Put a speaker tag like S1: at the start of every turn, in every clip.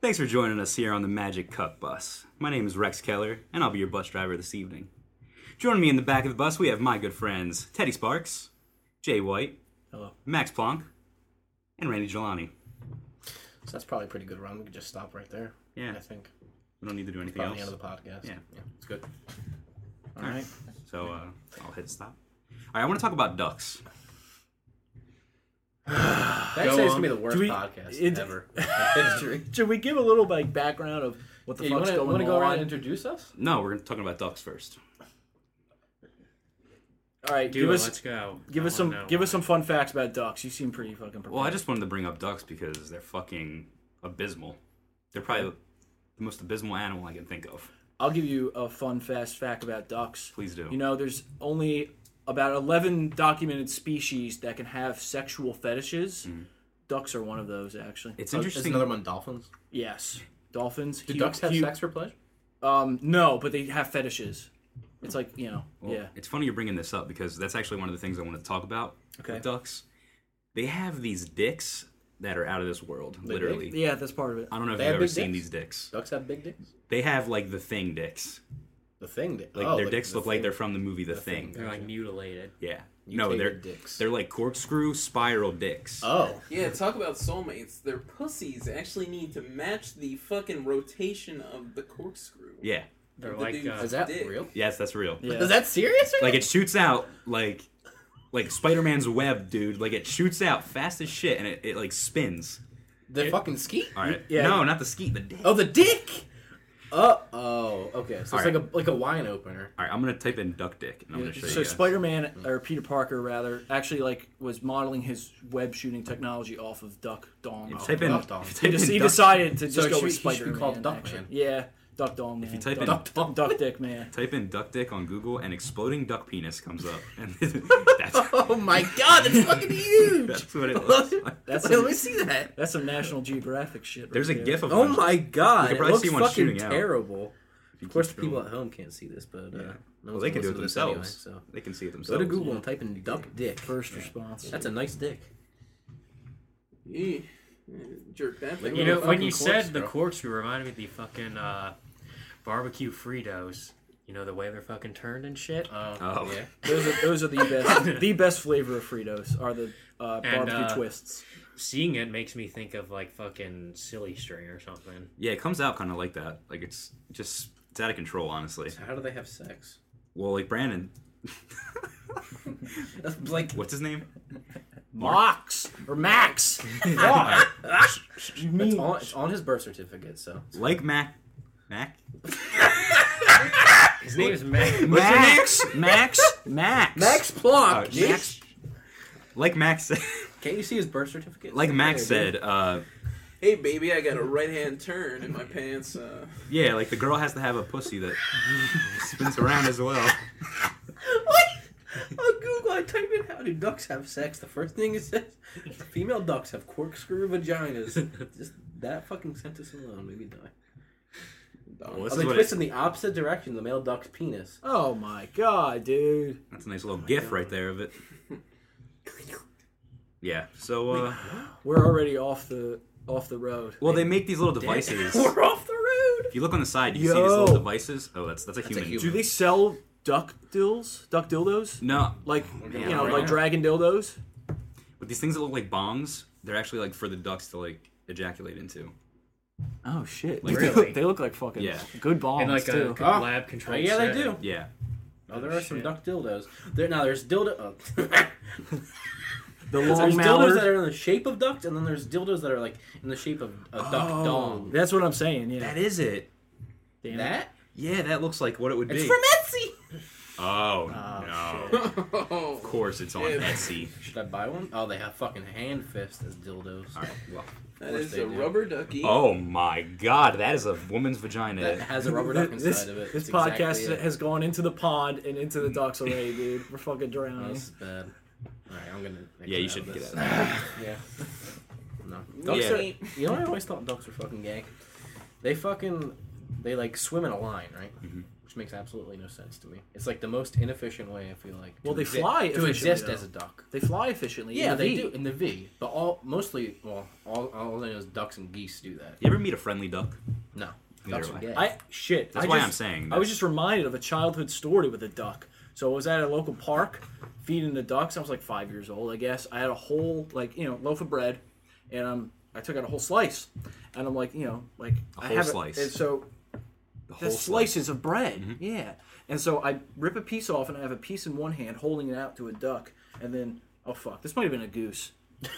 S1: Thanks for joining us here on the Magic Cup Bus. My name is Rex Keller, and I'll be your bus driver this evening. Joining me in the back of the bus, we have my good friends Teddy Sparks, Jay White,
S2: Hello.
S1: Max Planck, and Randy Jelani.
S2: So that's probably a pretty good run. We could just stop right there.
S1: Yeah.
S2: I think.
S1: We don't need to do anything
S2: Probably
S1: else.
S2: the end of the podcast.
S1: Yeah.
S2: it's good. All right.
S1: So uh, I'll hit stop. All right, I want to talk about ducks.
S2: That
S3: Go
S2: says it's
S3: on.
S2: gonna be the worst
S3: Do we-
S2: podcast
S3: it-
S2: ever in history.
S3: Should we give a little like background of what the
S2: Yeah, you
S3: fuck's
S2: wanna,
S3: going
S2: wanna
S3: on?
S2: go around and introduce us?
S1: No, we're talking about ducks first.
S3: All right,
S4: Do
S3: give
S4: it.
S3: us
S4: Let's
S1: Oh,
S4: go.
S3: give
S4: I
S3: us
S4: wanna
S3: some
S4: know.
S3: give us some fun facts about ducks. You seem pretty fucking prepared.
S1: Well, I just wanted to bring up ducks because they're fucking abysmal. They're probably the most abysmal animal I can think of.
S3: I'll give you a fun fast fact about ducks.
S1: Please do.
S3: You know, there's only about 11 documented species that can have sexual fetishes.
S4: Mm.
S3: Ducks are one of those, actually.
S1: It's
S2: Is
S1: interesting.
S2: another one dolphins?
S3: yes, dolphins.
S2: Do ducks have sex for pleasure?
S3: Um, no, but they have fetishes. It's like you know,
S1: Well,
S3: yeah.
S1: It's funny you're bringing this up because that's actually one of the things I wanted to talk about.
S3: Okay.
S1: With ducks, they have these dicks that are out of this world. literally,
S3: Yeah, that's part of it.
S1: I don't know if
S2: They
S1: you've
S2: have
S1: ever
S2: big
S1: seen
S2: dicks?
S1: these dicks.
S2: Ducks have big dicks.
S1: They have like the thing dicks.
S2: The thing. Dick.
S1: Like
S2: oh,
S1: their dicks
S2: the
S1: look like
S2: thing-
S1: they're from the movie The,
S2: Thing.
S1: Thing.
S4: They're like mutilated.
S1: Yeah.
S2: You
S1: no,
S2: take
S1: they're
S2: your dicks.
S1: they're like corkscrew spiral dicks.
S2: Oh,
S5: Yeah, talk about soulmates. Their pussies actually need to match the fucking rotation of the corkscrew.
S1: Yeah.
S4: They're
S5: The
S4: like
S5: dude's
S4: uh,
S2: is that
S5: Dick.
S2: real?
S1: Yes, that's real.
S3: Yeah.
S2: Is that serious? Right
S1: Like it shoots out like like Spider-Man's web, dude. Like it shoots out fast as shit and it, it like spins.
S2: the fucking skeet.
S1: All right.
S3: Yeah.
S1: No, not the skeet, the dick.
S2: Oh, the dick. Uh oh. Okay, so it's
S1: All
S2: like a like a wine opener.
S1: All right, I'm going to type in duck dick and I'm going to show
S3: so
S1: you. guys.
S3: Spider-Man or Peter Parker rather actually like was modeling his web shooting technology off of duck dong.
S1: Type in,
S2: Duck dong.
S1: if you Oh, type
S3: He, just,
S1: in
S3: he
S1: duck-
S3: decided to just
S2: So it
S3: go with
S2: should- he should be
S3: Spider-Man.
S2: called Duck
S3: actually.
S2: Man.
S3: Yeah, duck dong man. If
S1: you type in-
S3: duck,
S2: Duck dong.
S3: duck dick man.
S1: type in duck dick on Google and exploding duck penis comes up. And that's,
S2: Oh my god, that's fucking huge.
S1: that's what it looks like.
S3: That's
S2: Let
S3: some,
S2: me see that.
S3: that's some National Geographic shit. Right
S1: There's a
S3: there.
S1: gif of
S2: Oh
S1: one.
S2: my god,
S1: could
S2: it
S1: probably
S2: looks
S1: see one
S2: fucking
S1: shooting out.
S2: terrible.
S1: If you
S2: Of course,
S1: keep
S2: the people
S1: scrolling.
S2: at home can't see this, but uh, no
S1: Well,
S2: one's
S1: they can
S2: gonna
S1: do it
S2: listen to
S1: themselves.
S2: this Anyway,
S1: They can see it
S2: so go
S1: themselves.
S2: to Google and type in "duck dick."
S3: First response.
S2: That's a nice dick.
S5: Yeah. Jerk that thing.
S4: You know,
S5: off.
S4: when you
S2: corkscrew.
S4: said the corkscrew, it reminded me of the fucking uh, barbecue Fritos. You know the way they're fucking turned and shit.
S1: Oh.
S2: yeah.
S3: Those are, those are the best. the best flavor of Fritos are the uh,
S4: And,
S3: barbecue
S4: uh,
S3: twists.
S4: Seeing it makes me think of like fucking silly string or something.
S1: Yeah, it comes out kind of like that. Like it's just it's out of control, honestly.
S2: So how do they have sex?
S1: Well, like Brandon,
S2: like
S1: what's his name?
S3: Mox or Max.
S1: Mark.
S3: You
S2: it's
S3: mean-
S2: on, it's on his birth certificate. So
S1: like Mac, Mac,
S4: His name is Mac.
S1: Max, Max, Max,
S2: Max Planck.
S1: Uh, Max. Like Max, said-
S2: Can't you see his birth certificate?
S1: like Max
S2: There,
S1: said, uh,
S5: hey baby, I got a right hand turn in my pants. Uh,
S1: yeah, like the girl has to have a pussy that spins around as well.
S2: dude. What? On Google, I type in "how do ducks have sex." The first thing it says, "Female ducks have corkscrew vaginas." Just that fucking sentence alone made me die.
S1: Well, this
S2: Oh,
S1: is
S2: they
S1: what it-
S2: twist in the opposite direction. The male duck's penis.
S3: Oh my god, dude.
S1: that's a nice little gif right there of it. Yeah. So, uh,
S3: We're already off the off the road.
S1: well, they make these little devices.
S2: We're off the road.
S1: If you look on the side, you see these little
S3: Yo.
S1: devices. Oh, that's that's a human.
S2: human.
S3: Do they sell duck dills? Duck dildos?
S1: No,
S3: Like
S2: gonna
S3: you know,
S2: go right
S3: like
S2: now.
S3: dragon dildos?
S1: But these things that look like bongs, they're actually like for the ducks to like ejaculate into.
S3: Oh shit.
S1: Like,
S3: they,
S4: really?
S3: look, they look like fucking
S1: Yeah.
S3: good bombs
S4: In like a
S3: too.
S4: co-
S2: Oh.
S4: lab
S2: Oh,
S4: control.
S2: yeah, they do.
S1: Yeah.
S2: Oh, there are some
S4: shit.
S2: duck dildos. There now there's dildo. Oh. there's
S3: the long
S2: dildos that
S3: mallard.
S2: are in the shape of ducks, and then there's dildos that are like in the shape of a duck
S1: Oh.
S2: dong.
S3: That's what I'm saying, yeah.
S1: That is it.
S3: Damn it.
S2: That
S1: Yeah, that looks like what it would be.
S2: it's from Etsy.
S1: oh,
S3: Oh,
S1: no. Of
S5: oh,
S1: course it's on
S5: Yeah.
S1: Etsy.
S2: Should I buy one? Oh, they have fucking hand fists as dildos.
S1: All right, well.
S5: that
S2: course
S5: is
S2: they
S5: a
S2: do.
S5: rubber ducky.
S1: Oh my god, that is a woman's vagina.
S2: That has a rubber duck inside
S3: this,
S2: of it.
S3: this
S2: It's
S3: podcast
S2: exactly it.
S3: has gone into the pond and into the ducks already, dude. We're fucking
S2: Oh,
S3: drowning.
S2: this is bad. All right, I'm gonna.
S1: yeah, you should get out of
S2: yeah. No.
S5: Ducks
S1: Yeah.
S5: ain't-
S2: You
S3: Mm-hmm.
S2: know, I always thought ducks were fucking gay. They fucking, they like swim in a line, right? which makes absolutely no sense to me. It's like the most inefficient way I feel like.
S3: Well, they
S2: to exi-
S3: fly
S2: to
S3: efficiently,
S2: exist
S3: though.
S2: as a duck.
S3: They fly efficiently.
S2: Yeah,
S3: in the
S2: they
S3: V.
S2: do in the V, but all mostly, well, all, all I know is ducks and geese do that.
S1: You ever meet a friendly duck?
S2: No,
S1: Neither
S2: ducks
S1: do
S2: are
S1: I.
S2: gay.
S3: I shit.
S1: That's
S3: I
S1: why
S3: just-
S1: I'm saying.
S3: I was
S1: that.
S3: just reminded of a childhood story with a duck. So I was at a local park feeding the ducks. I was like five years old, I guess. I had a whole like you know loaf of bread, and um, I took out a whole slice, and I'm like you know like I
S1: whole
S3: have it-
S1: slice.
S3: and so
S1: the whole Mm-hmm.
S3: that's slices of bread, yeah. And so I rip a piece off, and I have a piece in one hand, holding it out to a duck, and then oh fuck, this might have been a goose.
S1: They're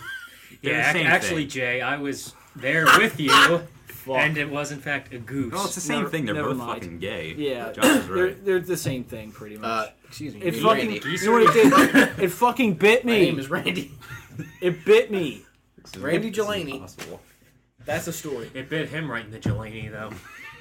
S4: Yeah,
S1: the
S4: ac-
S1: same
S4: actually,
S1: thing.
S4: Jay, I was there with you, and it was in fact a goose.
S1: Oh, it's the same
S3: Never-
S1: thing. They're
S3: never
S1: both
S3: mind.
S1: fucking gay.
S3: Yeah,
S1: Josh is
S3: they're,
S1: right.
S3: they're the same thing pretty much.
S2: uh, excuse me.
S3: it
S2: me,
S3: fucking,
S2: Randy.
S3: you know what it did? It fucking bit
S2: My name
S3: me.
S2: is Randy.
S3: It bit me.
S1: This is-
S2: Randy
S1: this is
S2: Delaney.
S1: impossible.
S3: That's the story.
S4: It bit him right in the Jelani, though.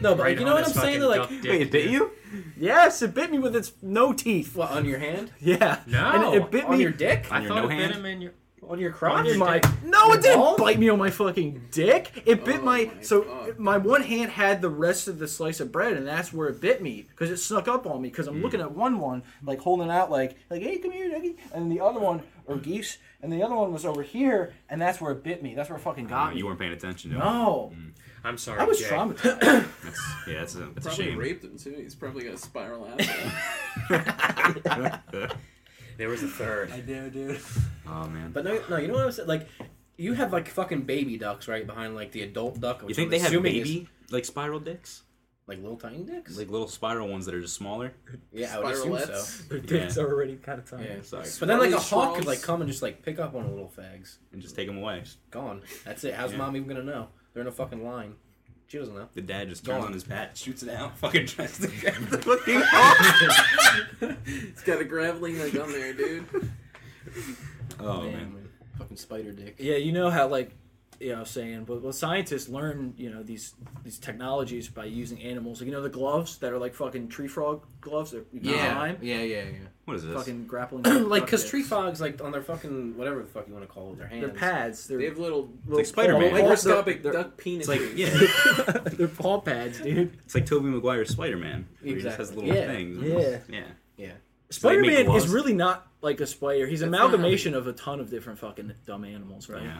S2: No, but
S4: right
S2: you know what
S4: on
S2: I'm
S4: his
S2: saying?
S4: fucking
S2: Like,
S4: duck dick,
S1: Wait, it bit
S4: dude.
S1: you?
S3: Yes, it bit me with its no teeth.
S2: what on your hand?
S3: Yeah.
S4: No,
S3: And it bit
S2: on
S3: me.
S2: your dick?
S4: I
S1: your
S4: thought
S1: no
S4: it bit
S1: hand?
S4: him in your.
S2: On your crotch?
S4: your
S3: my
S4: dick?
S3: no, it didn't
S2: balls?
S3: bite me on my fucking dick. It bit
S2: Oh
S3: my,
S2: my
S3: so
S2: fuck.
S3: my one hand had the rest of the slice of bread, and that's where it bit me because it snuck up on me. Because
S4: Hmm.
S3: I'm looking at one one like holding out like like hey come here doggy, and the other one or geese, and the other one was over here, and that's where it bit me. That's where it fucking
S1: Oh,
S4: Ah,
S3: got me.
S1: you weren't paying attention to him.
S3: no,
S4: Mm, I'm sorry.
S3: I was
S4: Jay.
S3: traumatized.
S1: That's, yeah, that's a, that's a
S2: Probably
S1: shame.
S2: raped him too. He's probably gonna spiral out.
S4: There was a third.
S2: I do, dude.
S1: oh man.
S2: But no, no, you know what I'm saying? Like, you have like fucking baby ducks right behind like the adult duck.
S1: You
S2: which
S1: think
S2: I'm
S1: they have
S2: assuming is,
S1: baby like spiral dicks,
S2: like little tiny dicks?
S1: like little spiral ones that are just smaller?
S2: yeah, I would assume so.
S5: Spiralets.
S3: Their
S1: dicks
S3: are already kind of tiny.
S2: Yeah,
S1: Sorry.
S2: but then like a
S5: Spirally
S2: hawk could
S5: straws.
S2: like come and just like pick up on a little fags.
S1: And just take them away.
S2: Gone. That's it. How's
S1: Yeah.
S2: mom even gonna know? They're in a fucking line. She doesn't know.
S1: The dad just
S2: Gone.
S1: turns on his bat, shoots it out, fucking tries to grab the fucking hawk.
S5: It's got a graveling like on there, dude.
S1: Oh
S2: Damn,
S1: man.
S2: Fucking spider dick.
S3: Yeah, you know how like you know what I'm saying, but well, scientists learn you know these these technologies by using animals. Like, you know the gloves that are like fucking tree frog gloves. That you can
S2: Yeah,
S3: climb,
S2: yeah, yeah,
S1: What is this?
S3: fucking grappling.
S2: yeah. like, cause
S3: duck
S2: tree
S3: dicks.
S2: frogs, like, on their fucking whatever the fuck you want to call it, their hands.
S3: They're pads. They're
S5: They have little
S3: little
S1: like Spider-Man.
S3: paw-
S5: microscopic
S3: they're-
S5: duck
S1: it's
S5: penis.
S1: like
S5: dude.
S1: yeah,
S3: they're- they're paw pads, dude.
S1: it's like Toby Maguire's Spider Man. He just has
S2: Exactly.
S1: little
S2: Yeah.
S1: things.
S3: Yeah.
S1: Yeah. So they
S3: Spider
S1: make
S3: Man is
S1: gloves?
S3: really not like a spider. He's an
S5: That's not how
S3: amalgamation of a ton of different fucking dumb animals, right?
S1: Yeah.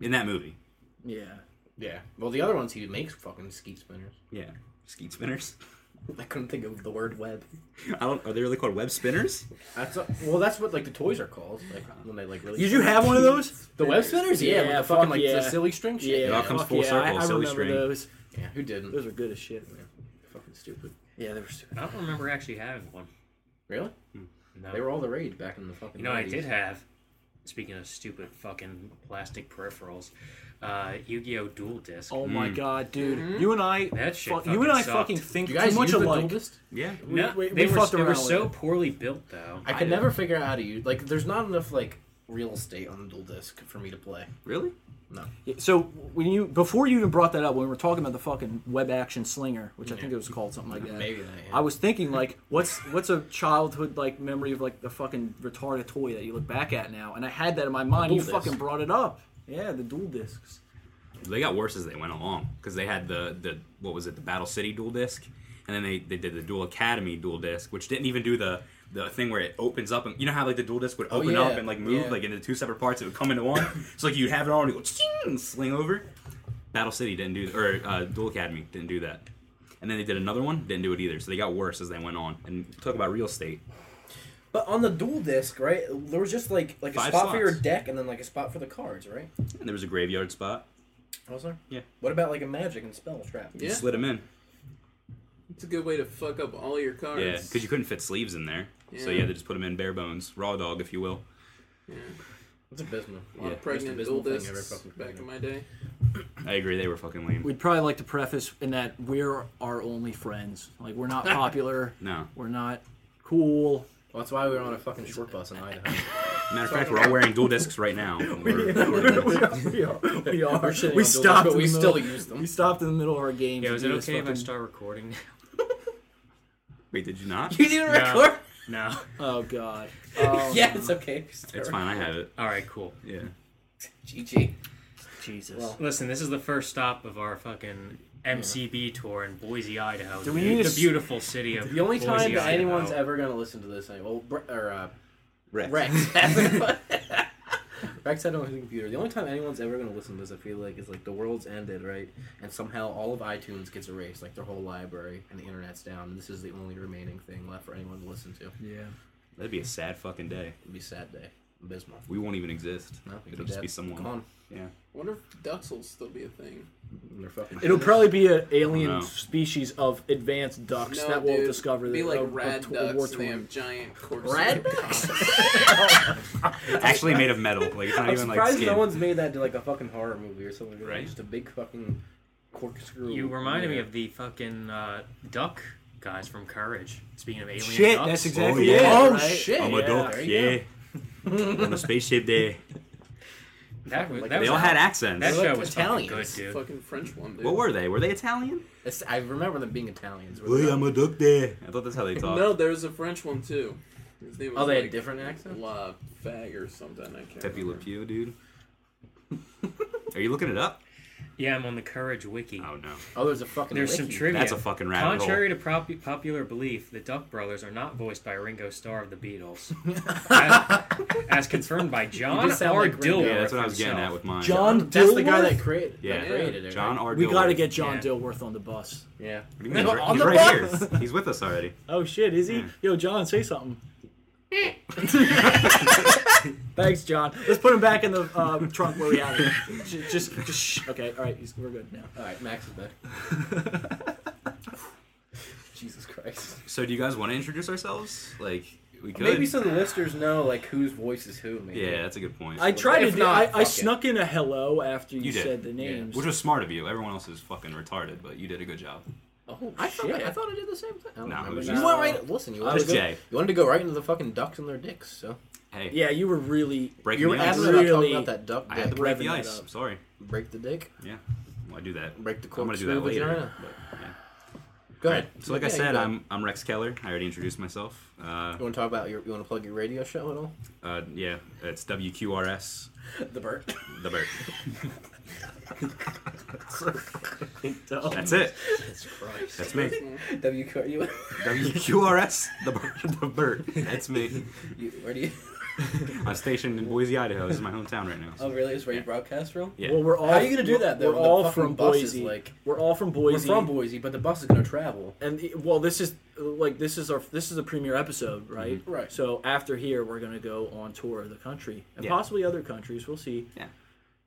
S1: In that movie.
S3: Yeah.
S2: Yeah. Well, the other ones he makes fucking skeet spinners.
S1: Yeah. Skeet spinners.
S2: I couldn't think of the word web.
S1: I don't are they really called web spinners?
S2: That's a, well, that's what like the toys are called, like when they like really.
S3: Did you have one of those?
S2: the web spinners? Yeah, with
S3: Yeah,
S2: the
S3: fuck
S2: fucking like
S3: yeah.
S2: the silly string shit.
S1: It all comes
S3: fuck
S1: full
S3: yeah,
S1: circle,
S3: I, I
S1: silly
S3: remember
S1: string.
S3: those.
S2: Yeah, who didn't?
S3: Those were good as shit.
S2: fucking stupid.
S3: Yeah, they were stupid.
S1: Mm.
S4: I don't remember actually having one.
S2: Really?
S4: No.
S2: They were all the rage back in the fucking.
S4: you know,
S2: 90s.
S4: I did have. Speaking of stupid fucking plastic peripherals, uh, Yu-Gi-Oh! Dual Disc.
S3: Oh
S1: Mm.
S3: my god, dude!
S1: Mm-hmm.
S3: You and I,
S4: That shit
S3: fuck- you
S4: fucking
S3: and I
S4: sucked.
S3: fucking think
S2: You guys
S3: too much
S2: use the
S3: alike.
S2: duldest?
S1: Yeah.
S3: we-
S4: No,
S3: we-
S4: they
S3: we
S4: were,
S3: fucked
S4: they were
S3: around with
S4: so
S3: it.
S4: poorly built though.
S2: I could never figure out how to use. Like, there's not enough like real estate on the dual disc for me to play.
S1: Really?
S3: Yeah, So when you before you even brought that up, when we were talking about the fucking web action slinger, which I think it was called something like that.
S2: Maybe that. Yeah.
S3: I was thinking like, what's what's a childhood like memory of like the fucking retarded toy that you look back at now? And I had that in my mind. You
S2: dual disc.
S3: fucking brought it up. Yeah, the dual discs.
S1: They got worse as they went along because they had the the what was it the Battle City dual disc, and then they, they did the Dual Academy dual disc, which didn't even do the the thing where it opens up and you know how like the dual disc would open
S2: yeah,
S1: up and like move
S2: yeah.
S1: like into two separate parts, it would come into one. so like you'd have it on and go ching and sling over. Battle City didn't do or uh, Dual Academy didn't do that, and then they did another one, didn't do it either. So they got worse as they went on. And talk about real estate.
S2: but on the dual disc, right? There was just like like a
S1: Five
S2: spot for your
S1: slots.
S2: deck and then like a spot for the cards, right?
S1: And there was a graveyard spot.
S2: Was there?
S1: Yeah.
S2: What about like a magic and spell trap?
S1: You
S5: Yeah.
S1: slid them in.
S5: It's a good way to fuck up all your cards.
S1: Yeah, because you couldn't fit sleeves in there. So
S5: Yeah.
S1: you had to just put them in bare bones, raw dog, if you will.
S2: It's abysmal.
S5: A lot
S1: Yeah.
S5: of pregnant
S2: Most abysmal
S5: dual
S2: thing I've
S5: discs
S2: ever fucking
S5: back
S2: played.
S5: in my day.
S1: I agree, they were fucking lame.
S3: We'd probably like to preface in that we're our only friends. Like we're not popular.
S1: No.
S3: We're not cool.
S2: Well, that's why we were on a fucking short bus in Idaho.
S1: Matter of fact, we're all wearing dual discs right now. We're-
S3: we are. We are. We, are.
S2: We're shitting on
S3: we
S2: dildos,
S3: stopped.
S2: but
S3: in
S2: we
S3: the
S2: still
S3: middle-
S2: use them.
S3: We stopped in the middle of our game.
S4: Yeah,
S3: to
S4: is
S3: do
S4: it
S3: this
S4: okay if I
S3: fucking-
S4: start recording?
S1: Wait, did you not?
S2: you didn't
S4: No.
S2: record?
S4: no.
S3: Oh god. Oh,
S2: Yeah, it's okay.
S1: It's fine, I have it.
S4: All right, cool.
S1: Yeah.
S2: GG.
S3: Jesus.
S2: Well,
S4: Listen, this is the first stop of our fucking MCB tour in Boise, Idaho.
S3: Do
S4: Do
S3: we
S4: we
S3: need
S4: the
S3: to s-
S4: beautiful city of
S2: The only
S4: Boise,
S2: time that
S4: Idaho.
S2: anyone's ever going to listen to this, I, well, Bre- or uh,
S1: Rex.
S2: Rex. Rex had it on his computer. The only time anyone's ever going to listen to this, I feel like, is like the world's ended, right? And somehow all of iTunes gets erased, like their whole library, and the internet's down. And this is the only remaining thing left for anyone to listen to.
S3: Yeah.
S1: That'd be a sad fucking day.
S2: It'd be a sad day. Abysmal.
S1: We won't even exist.
S2: No, it'd
S1: It'll just
S2: dead.
S1: be someone.
S2: Come on.
S5: wonder if ducks will still be a thing.
S2: They're fucking
S3: It'll probably be an alien
S1: No.
S3: species of advanced ducks
S5: No,
S3: that will
S5: dude.
S3: discover
S5: Be
S3: the
S5: like
S3: uh,
S5: rad
S3: uh,
S5: ducks.
S3: war
S5: and they
S3: torn.
S5: have giant corpses.
S2: Rad ducks.
S1: Actually made of metal. Like it's not
S2: I'm
S1: even like
S2: surprised
S1: skin.
S2: no one's made that to like a fucking horror movie or something. Right?
S1: Right?
S2: Just a big fucking corkscrew.
S4: You reminded me
S2: Yeah.
S4: of the fucking uh, duck guys from Courage. Speaking of alien
S3: Shit,
S4: ducks,
S3: that's exactly
S1: Oh,
S3: it.
S1: yeah.
S2: Oh
S3: right?
S2: shit!
S1: I'm
S2: yeah,
S1: a duck.
S2: there you
S1: Yeah. On a spaceship there.
S4: that was,
S2: Like,
S4: that
S1: They
S4: was
S1: all had accents.
S4: that
S2: They're
S4: show
S2: like
S4: was
S2: Italians.
S4: fucking good, dude.
S5: Fucking French one, dude.
S1: What were they? Were they Italian?
S2: go. It's- I remember them being Italians.
S1: Hey, I'm a duck there. I thought that's how they talked.
S5: No, there was a French one too. His name was
S2: Oh, they had
S5: like
S2: different accents?
S5: La Fag or something. I can't.
S1: Pepe Le
S5: remember.
S1: Pew, dude. Are you looking it up?
S4: Yeah, I'm on the Courage wiki.
S1: Oh no,
S2: Oh, there's a fucking.
S4: There's some
S2: wiki.
S4: trivia.
S1: that's a fucking rabbit
S4: Contrary to prop- popular belief, the Duck Brothers are not voiced by Ringo Starr of the Beatles, as, as confirmed by John
S2: sound
S4: R.
S2: like Ringo.
S4: Dilworth.
S1: hole. Yeah, that's what I was getting at
S4: himself.
S1: with mine.
S3: John Dilworth.
S2: That's the guy that created.
S1: Yeah.
S2: created it.
S1: John
S2: Right?
S1: R.
S3: we
S1: Dilworth.
S3: got to get John
S4: Yeah.
S3: Dilworth on the bus.
S2: Yeah.
S1: What do you mean? He's,
S3: No, on
S1: he's
S3: the
S1: right
S3: bus.
S1: here. He's with us already.
S3: Oh shit, is he?
S1: Yeah.
S3: Yo, John, say something. Thanks, John. Let's put him back in the uh, trunk where we had him. J- Just, just, shh. okay. All right, he's, we're good now.
S2: All right, Max is back. Jesus Christ.
S1: So, do you guys want to introduce ourselves? Like, we could.
S2: Maybe some of the listeners know like whose voice is who. Maybe.
S1: Yeah, that's a good point.
S3: I tried
S2: If
S3: to.
S2: not,
S3: do, I, I
S2: fuck it.
S3: snuck in a hello after you,
S1: You did.
S3: said the
S2: Yeah.
S3: names.
S1: Which was smart of you. Everyone else is fucking retarded, but you did a good job.
S2: Oh
S3: I
S2: shit!
S3: thought, I thought I did the same thing.
S2: I don't
S1: No, it
S2: remember.
S1: was
S2: You
S1: just-
S2: went right. Listen, you
S3: I
S2: wanted,
S3: was
S2: to go,
S1: Jay.
S2: you wanted to go right into the fucking ducks and their dicks. So
S1: Hey,
S3: Yeah, you were really.
S1: breaking
S2: you were
S1: the ice.
S2: adamant about
S3: Really-
S2: talking about that duck.
S1: I had to
S2: dick.
S1: break the
S3: revving that
S1: ice.
S3: up.
S1: I'm sorry.
S2: break the dick.
S1: Yeah, well, I do that.
S2: Break the
S1: I'm gonna do
S2: corkscrew
S1: that later.
S2: vagina.
S1: but, yeah.
S2: Go
S1: Alright,
S2: ahead.
S1: So, like I
S2: Yeah, you
S1: said,
S2: go.
S1: I'm I'm Rex Keller. I already introduced myself. Uh,
S2: You want to talk about your? You want to plug your radio show at all?
S1: uh, yeah, it's WQRS.
S2: The Burt.
S1: The bird.
S3: That's
S1: That's it.
S2: Jesus Christ.
S1: That's me.
S2: WQRU.
S1: WQRS. The bird. The bird. That's me.
S2: You, where do you?
S1: I'm stationed in Boise, Idaho. This is my hometown right now.
S2: Oh,
S1: so-
S2: really? It's where you
S1: Yeah.
S2: broadcast from?
S1: Yeah.
S3: Well, we're all.
S2: How are you gonna do that, though,
S3: We're
S2: when the
S3: all
S2: fucking
S3: from
S2: bus is,
S3: Boise.
S2: like-
S3: we're all from Boise.
S2: We're from Boise, but the bus is gonna travel.
S3: and the- well this is like this is our this is the premiere
S1: Mm-hmm.
S3: episode right
S2: Right.
S3: so after here we're gonna go on tour of the country and
S1: Yeah.
S3: possibly other countries we'll see
S1: Yeah.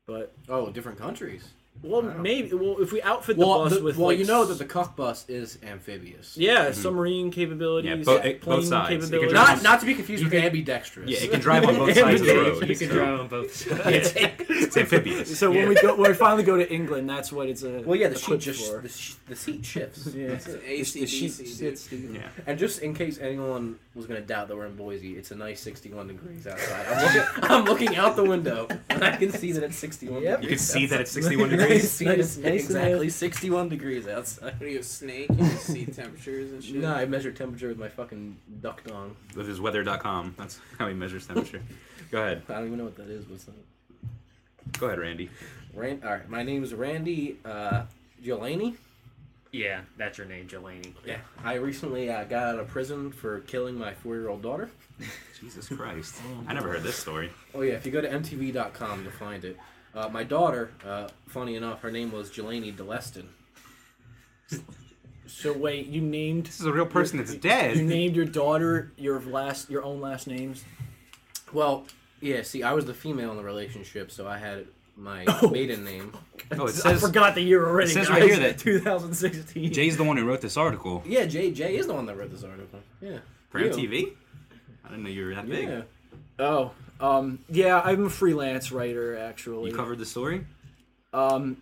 S3: but
S2: Oh, different countries.
S3: well
S2: Wow.
S3: maybe well if we outfit the
S2: Well,
S3: bus
S2: the-
S3: with
S2: well,
S3: like,
S2: you know that
S3: s-
S2: the cuff bus is amphibious.
S3: yeah submarine capabilities
S1: Mm-hmm. Yeah, bo- eh, both
S3: plane
S1: sides. You can
S3: capabilities
S1: drive
S2: Not, not to be confused with ambidextrous.
S1: Yeah, it can drive on both sides of the road.
S4: You can
S1: so-
S4: drive on both sides.
S1: Yeah. It's amphibious.
S3: so when we go when we finally go to England that's what it's a
S2: Well, yeah, the sheet
S3: equipped
S2: just
S3: for.
S2: the, sh- the seat shifts.
S3: Yeah.
S2: That's it.
S5: It's
S3: The sheet
S5: AC/DC, dude.
S3: sits, dude.
S1: Yeah.
S2: And just in case anyone was gonna doubt that we're in Boise, it's a nice 61 degrees outside. I'm looking, I'm looking out the window, and I can see that it's 61.
S3: Yep.
S1: You can
S2: degrees
S1: see that
S2: outside.
S1: it's 61
S2: I can
S1: degrees.
S2: see that it's
S3: Nice, nice
S2: exactly 61 degrees outside.
S5: What are you, a snake? You can see temperatures and shit.
S2: No, I measure temperature with my fucking duck dong.
S1: With his weather.com. That's how he measures temperature. Go ahead.
S2: I don't even know what that is. What's that?
S1: Go ahead, Randy.
S2: Rand- All right, my name is Randy uh, Giuliani.
S4: Yeah, that's your name, Jelani.
S2: Yeah. I recently uh, got out of prison for killing my four-year-old daughter.
S1: Jesus Christ. I never heard this story.
S2: Oh yeah, if you go to MTV.com, you'll find it. Uh, my daughter, uh, funny enough, her name was Jelani Deleston.
S3: so wait you named
S1: This is a real person that's dead.
S3: you named your daughter your last your own last names
S2: Well, yeah. See, I was the female in the relationship, so I had my
S3: Oh.
S2: maiden name.
S1: Oh, it
S3: I
S1: says
S3: forgot the year already
S1: it says
S3: guys.
S1: right here that-
S3: 2016
S1: Jay's the one who wrote this article
S2: Yeah, Jay. Jay is the one that wrote this article. Yeah.
S1: for
S2: You.
S1: MTV. I didn't know you were that big.
S2: Yeah.
S3: Oh, um, yeah, I'm a freelance writer actually.
S1: You covered the story.
S3: um,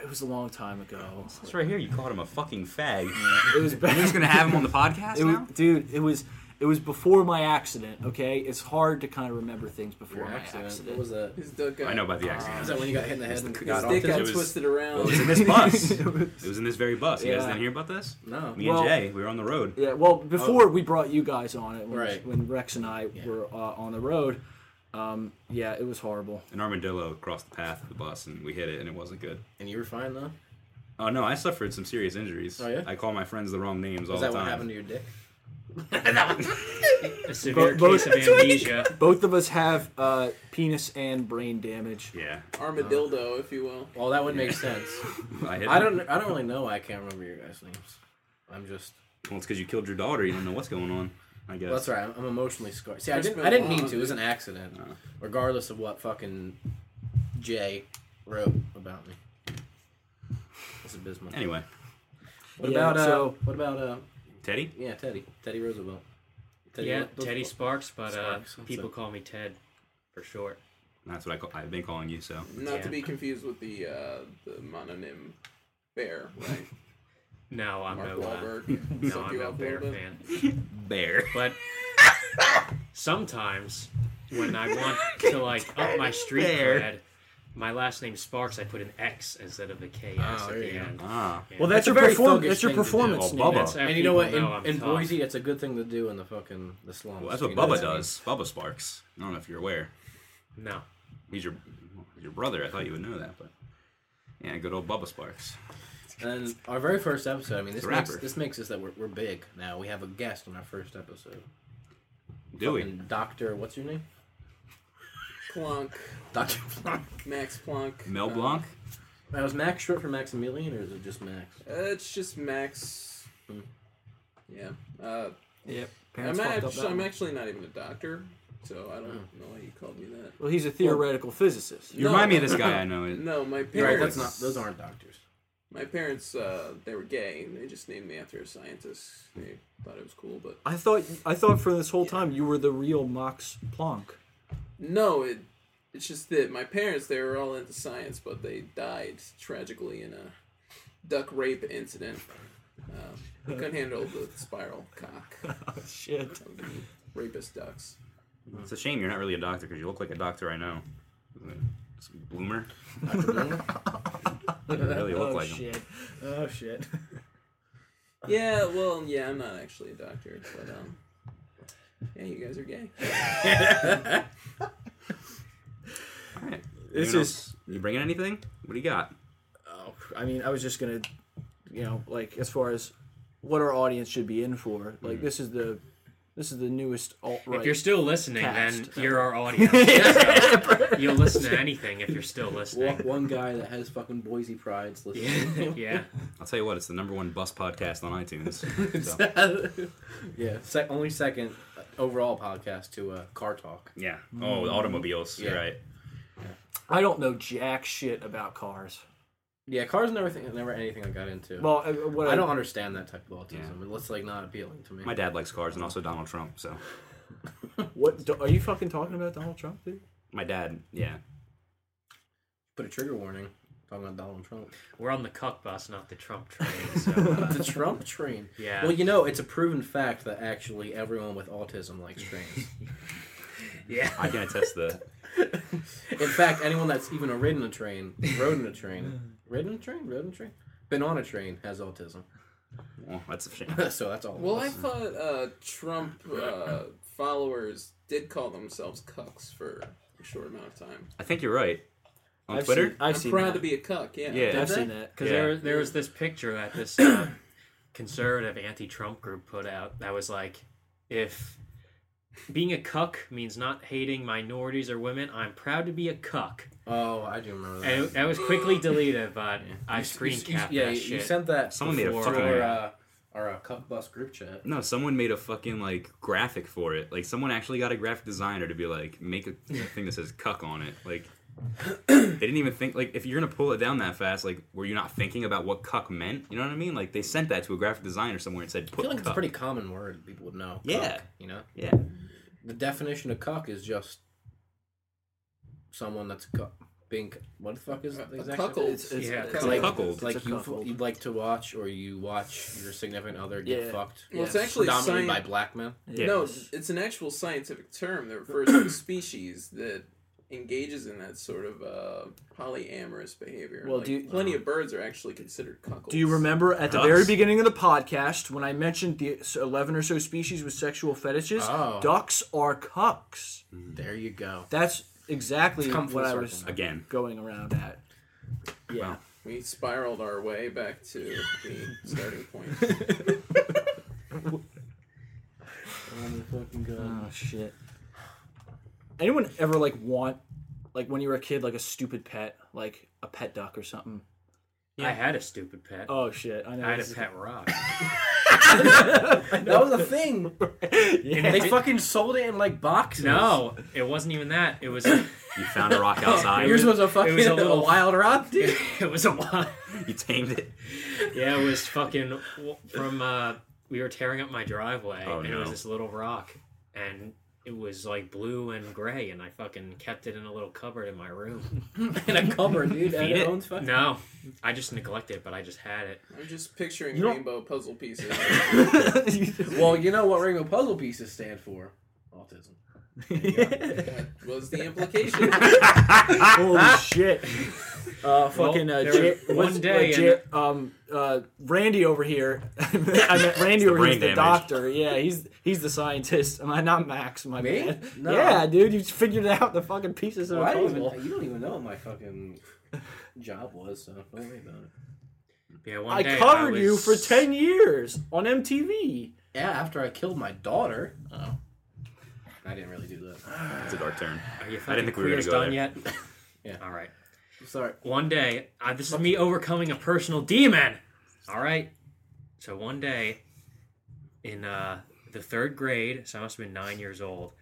S3: it was a long time ago.
S1: It's right here. You called him a fucking fag.
S3: It was
S1: You're just gonna have him on the podcast
S3: It was,
S1: now.
S3: dude, it was it was before my accident. Okay, it's hard to kind of remember things before
S2: Your
S3: my
S2: accident.
S3: accident.
S2: What was that?
S5: His dick got,
S1: I know about the
S2: Is
S1: accident.
S2: that when you got hit in the head and
S5: His
S2: got off?
S5: dick got
S1: It was-
S5: twisted
S1: Well, it was
S5: around.
S1: in this bus.
S3: It
S1: It
S3: was-
S1: was in this very bus. You guys
S3: Yeah.
S1: didn't hear about this?
S2: No.
S1: Me
S3: Well-
S1: and Jay, we were on the road.
S3: Yeah, well, before we brought you guys on it, when,
S2: Oh. Right.
S3: when Rex and I
S2: Yeah.
S3: were uh, on the road, um, yeah, it was horrible.
S1: An armadillo crossed the path of the bus, and we hit it, and it wasn't good.
S2: And you were fine though.
S1: Oh no, I suffered some serious injuries.
S3: Oh, yeah?
S1: I call my friends the wrong names all
S2: Is that
S1: the
S2: what
S1: time.
S2: happened to your dick?
S4: A severe
S3: Bo-
S4: case of amnesia.
S3: Both of us have uh, penis and brain damage.
S1: yeah,
S5: Armadillo, if you will.
S2: Well, that would make sense.
S1: I, hit
S2: I don't. I don't really know. why I can't remember your guys' names. I'm just.
S1: Well, it's because you killed your daughter. You don't know what's going on. I guess.
S2: Well, that's all right. I'm, I'm emotionally scarred. See, I
S5: Chris
S2: didn't. I didn't mean
S5: Benoit.
S2: to. It was an accident.
S1: No.
S2: Regardless of what fucking Jay wrote about me. That's abysmal.
S1: Anyway,
S2: What
S3: Yeah,
S2: about uh?
S3: so-
S2: what about uh?
S1: Teddy.
S2: Yeah, Teddy. Teddy Roosevelt.
S4: yeah,
S2: Roosevelt.
S4: Teddy Sparks, but uh,
S2: Sparks, that's
S4: people
S2: it.
S4: call me Ted for short.
S1: That's what I call, I've been calling you. So
S5: Not
S4: Yeah.
S5: to be confused with the uh, the mononym bear, right?
S4: No, I'm
S5: Mark
S4: no, uh,
S5: Wahlberg.
S4: no,
S5: Suck
S4: I'm
S5: you
S4: no
S5: up a
S4: bear
S5: little bit.
S4: fan.
S1: bear.
S4: But sometimes when I want to like up my street
S1: Bear.
S4: cred, my last name Sparks, I put an X instead of a KS
S2: Oh,
S4: at
S2: there
S4: the
S2: you go.
S4: end.
S1: Ah,
S4: Yeah.
S3: Well, that's,
S2: That's a
S3: your
S2: very
S3: perform-
S2: thuggish
S3: That's your
S2: thing to do.
S3: performance.
S1: Oh,
S3: name.
S1: Bubba.
S4: That's how
S2: And you know what?
S4: people
S2: In,
S4: I'm
S2: in
S4: tough.
S2: Boise, it's a good thing to do in the fucking the slums.
S1: well, that's what
S2: you know
S1: Bubba
S2: I mean?
S1: does. Bubba Sparks. I don't know if you're aware.
S4: no,
S1: He's your he's your brother. I thought you would know that, but yeah, good old Bubba Sparks.
S2: And our very first episode. I mean, this
S1: a
S2: makes
S1: rapper.
S2: this makes us that we're, we're big now. We have a guest on our first episode.
S1: Do we?
S2: And Doctor, what's your name?
S5: Clunk,
S2: Doctor Blanc.
S5: Max Plunk.
S1: Mel
S5: uh,
S1: Blanc.
S2: Now, is Max short for Maximilian, or is it just Max?
S5: Uh, it's just Max.
S2: Hmm.
S5: Yeah. Uh,
S3: Yep.
S5: I'm,
S3: Parents fucked up
S5: act-
S3: that
S5: I'm
S3: one.
S5: actually not even a doctor, so I don't
S2: Hmm.
S5: know why you called me that.
S3: Well, he's a theoretical physicist.
S1: You
S5: No.
S1: remind me of this guy I know.
S5: No, my
S2: You're right. That's
S5: parents.
S2: not. Those aren't doctors.
S5: My parents, uh, they were gay, and they just named me after a scientist. They thought it was cool, but
S3: I thought I thought for this whole time you were the real Max Planck.
S5: no, it. It's just that my parents, they were all into science, but they died tragically in a duck rape incident. Um, they couldn't handle the spiral cock
S3: Shit.
S5: of the rapist ducks.
S1: It's a shame you're not really a doctor because you look like a doctor I know. It's bloomer. You really look
S3: oh,
S1: like him.
S3: shit. Oh shit.
S5: Yeah, well, um, yeah, I'm not actually a doctor, but um, yeah, you guys are gay.
S1: All right.
S3: This
S1: Anyone
S3: is-
S1: else? you bringing anything? What do you got?
S3: Oh, I mean, I was just gonna, you know, like as far as what our audience should be in for. Like this is the, this is the newest alt right.
S4: if you're still listening, then
S3: Cast.
S4: you're our audience. So you'll listen to anything if you're still
S2: One,
S4: listening.
S2: one guy that has fucking Boise pride's
S4: Yeah,
S2: listening.
S4: yeah.
S1: I'll tell you what, it's the number one bus podcast on iTunes. So,
S2: yeah. Sec- only second uh, overall podcast to uh, Car Talk.
S1: yeah. Oh, the automobiles. You're
S2: Yeah.
S1: right.
S3: I don't know jack shit about cars.
S2: Yeah, cars never th- never anything I got into.
S3: Well, uh, I, what
S2: I don't understand that type of autism.
S1: Yeah.
S2: It looks like not appealing to me.
S1: My dad likes cars and also Donald Trump. So
S3: What do, are you fucking talking about Donald Trump, dude?
S1: my dad, yeah.
S2: Put a trigger warning. Talking about Donald Trump.
S4: We're on the cuck bus, not the Trump train. So, uh,
S2: the Trump train.
S4: yeah.
S2: Well, you know, it's a proven fact that actually everyone with autism likes trains.
S4: yeah.
S1: I can attest to that.
S2: In fact, anyone that's even ridden a train, rode in a train, ridden a train, rode in a train, been on a train has autism.
S1: Well, that's a shame.
S2: so that's all. of
S5: Well, I
S2: us.
S5: thought uh, Trump uh, followers did call themselves cucks for a short amount of time.
S1: I think you're right. On
S3: I've
S1: Twitter?
S3: Seen, I've
S5: I'm
S3: seen
S5: proud
S3: that.
S5: to be a cuck. Yeah.
S1: Yeah.
S3: I've
S2: Did
S3: seen
S2: they?
S3: that.
S4: Because
S1: Yeah.
S4: there, there was this picture that this uh, conservative anti-Trump group put out that was like, if being a cuck means not hating minorities or women, I'm proud to be a cuck.
S2: Oh, I do remember that.
S4: And it, that was quickly deleted, but I
S2: You-
S4: screen
S2: you-
S4: capped
S2: yeah,
S4: that
S2: you,
S4: shit.
S2: you sent that
S1: Someone made a
S2: before
S1: fucking-
S2: our, uh, our uh, Cup Bus group chat.
S1: No, someone made a fucking like graphic for it. Like someone actually got a graphic designer to be like, make a thing that says cuck on it. Like they didn't even think like if you're gonna pull it down that fast, like were you not thinking about what cuck meant? You know what I mean? Like they sent that to a graphic designer somewhere and said
S2: I
S1: put
S2: feel like it's a
S1: cuck.
S2: pretty common word people would know.
S1: Yeah.
S2: Cuck, you know?
S1: yeah.
S2: The definition of cuck is just someone that's cuck. Being, c- what the fuck is
S5: A,
S2: that
S5: a
S2: exactly?
S5: cuckold.
S3: It's- it's-
S4: Yeah,
S1: It's
S4: it's
S1: a
S2: like-
S1: cuckold.
S2: like
S3: It's a
S2: you,
S3: cuckold.
S2: you'd like to watch, or you watch your significant other get
S3: Yeah.
S2: fucked.
S5: Well, it's
S3: Yes.
S5: actually
S2: predominantly
S5: sci-
S2: by black men.
S1: Yeah.
S5: No, it's an actual scientific term that refers to a species that engages in that sort of uh, polyamorous behavior.
S3: Well,
S5: Like,
S3: do you- Uh-huh.
S5: plenty of birds are actually considered cuckolds.
S3: Do you remember at the
S1: Ducks?
S3: very beginning of the podcast when I mentioned the s- 11 or so species with sexual fetishes?
S2: Oh.
S3: Ducks are cucks.
S2: There you go.
S3: That's exactly
S2: It's come full
S3: what I
S2: circle
S3: was
S2: now.
S1: Again.
S3: going around at. Yeah.
S1: Wow.
S5: We spiraled our way back to the starting point.
S2: Oh my fucking god.
S3: Oh shit. Anyone ever like want like when you were a kid like a stupid pet, like a pet duck or something?
S4: I had a stupid pet.
S3: Oh shit, I know.
S4: I had a
S3: this is-
S4: pet rock.
S2: That was a thing.
S3: Yeah.
S2: They fucking sold it in like boxes.
S4: no, it wasn't even that. It was
S1: You found a rock outside.
S2: Oh, Yours was a
S4: It
S2: fucking
S4: was a
S2: a
S4: little-
S2: wild rock, dude.
S4: it was a lot.
S1: you tamed it.
S4: Yeah, it was fucking from uh we were tearing up my driveway
S1: Oh,
S4: and it was
S1: no.
S4: this little rock and it was like blue and gray and I fucking kept it in a little cupboard in my room.
S2: in a cupboard, dude.
S1: Feed
S2: And
S1: it?
S2: it owns fucking.
S4: No, I just neglected it, but I just had it.
S5: I'm just picturing
S3: You don't-
S5: rainbow puzzle pieces.
S2: Well, you know what rainbow puzzle pieces stand for? Autism.
S5: What was the
S2: Uh,
S5: implication?
S3: Holy shit. Uh, fucking
S4: Well,
S3: uh,
S4: there
S3: J-
S4: was
S3: what's-
S4: one
S3: uh,
S4: day
S3: J-
S4: and-
S3: um, uh, Randy over here. I met Randy
S1: the
S3: over here. He's the
S1: brain damage.
S3: doctor. Yeah, he's he's the scientist. Am I not Max? My
S2: Me?
S3: bad.
S2: No.
S3: Yeah, dude, you figured out the fucking pieces of
S2: Well, I
S3: a
S2: don't even,
S3: puzzle.
S2: you don't even know what my fucking job was, so don't worry about it.
S4: Yeah, one
S3: I
S4: day
S3: covered
S4: was-
S3: you for ten years on MTV.
S2: Yeah, after I killed my daughter. Oh. I didn't really do that.
S1: It's a dark turn.
S4: Are you
S1: I didn't
S4: fucking
S1: think we were gonna
S4: queers
S1: go
S4: done
S1: there.
S4: yet?
S2: Yeah.
S4: All right.
S2: Sorry.
S4: one day, uh, this is me overcoming a personal demon. All right. So one day, in uh, the third grade, so I must have been nine years old.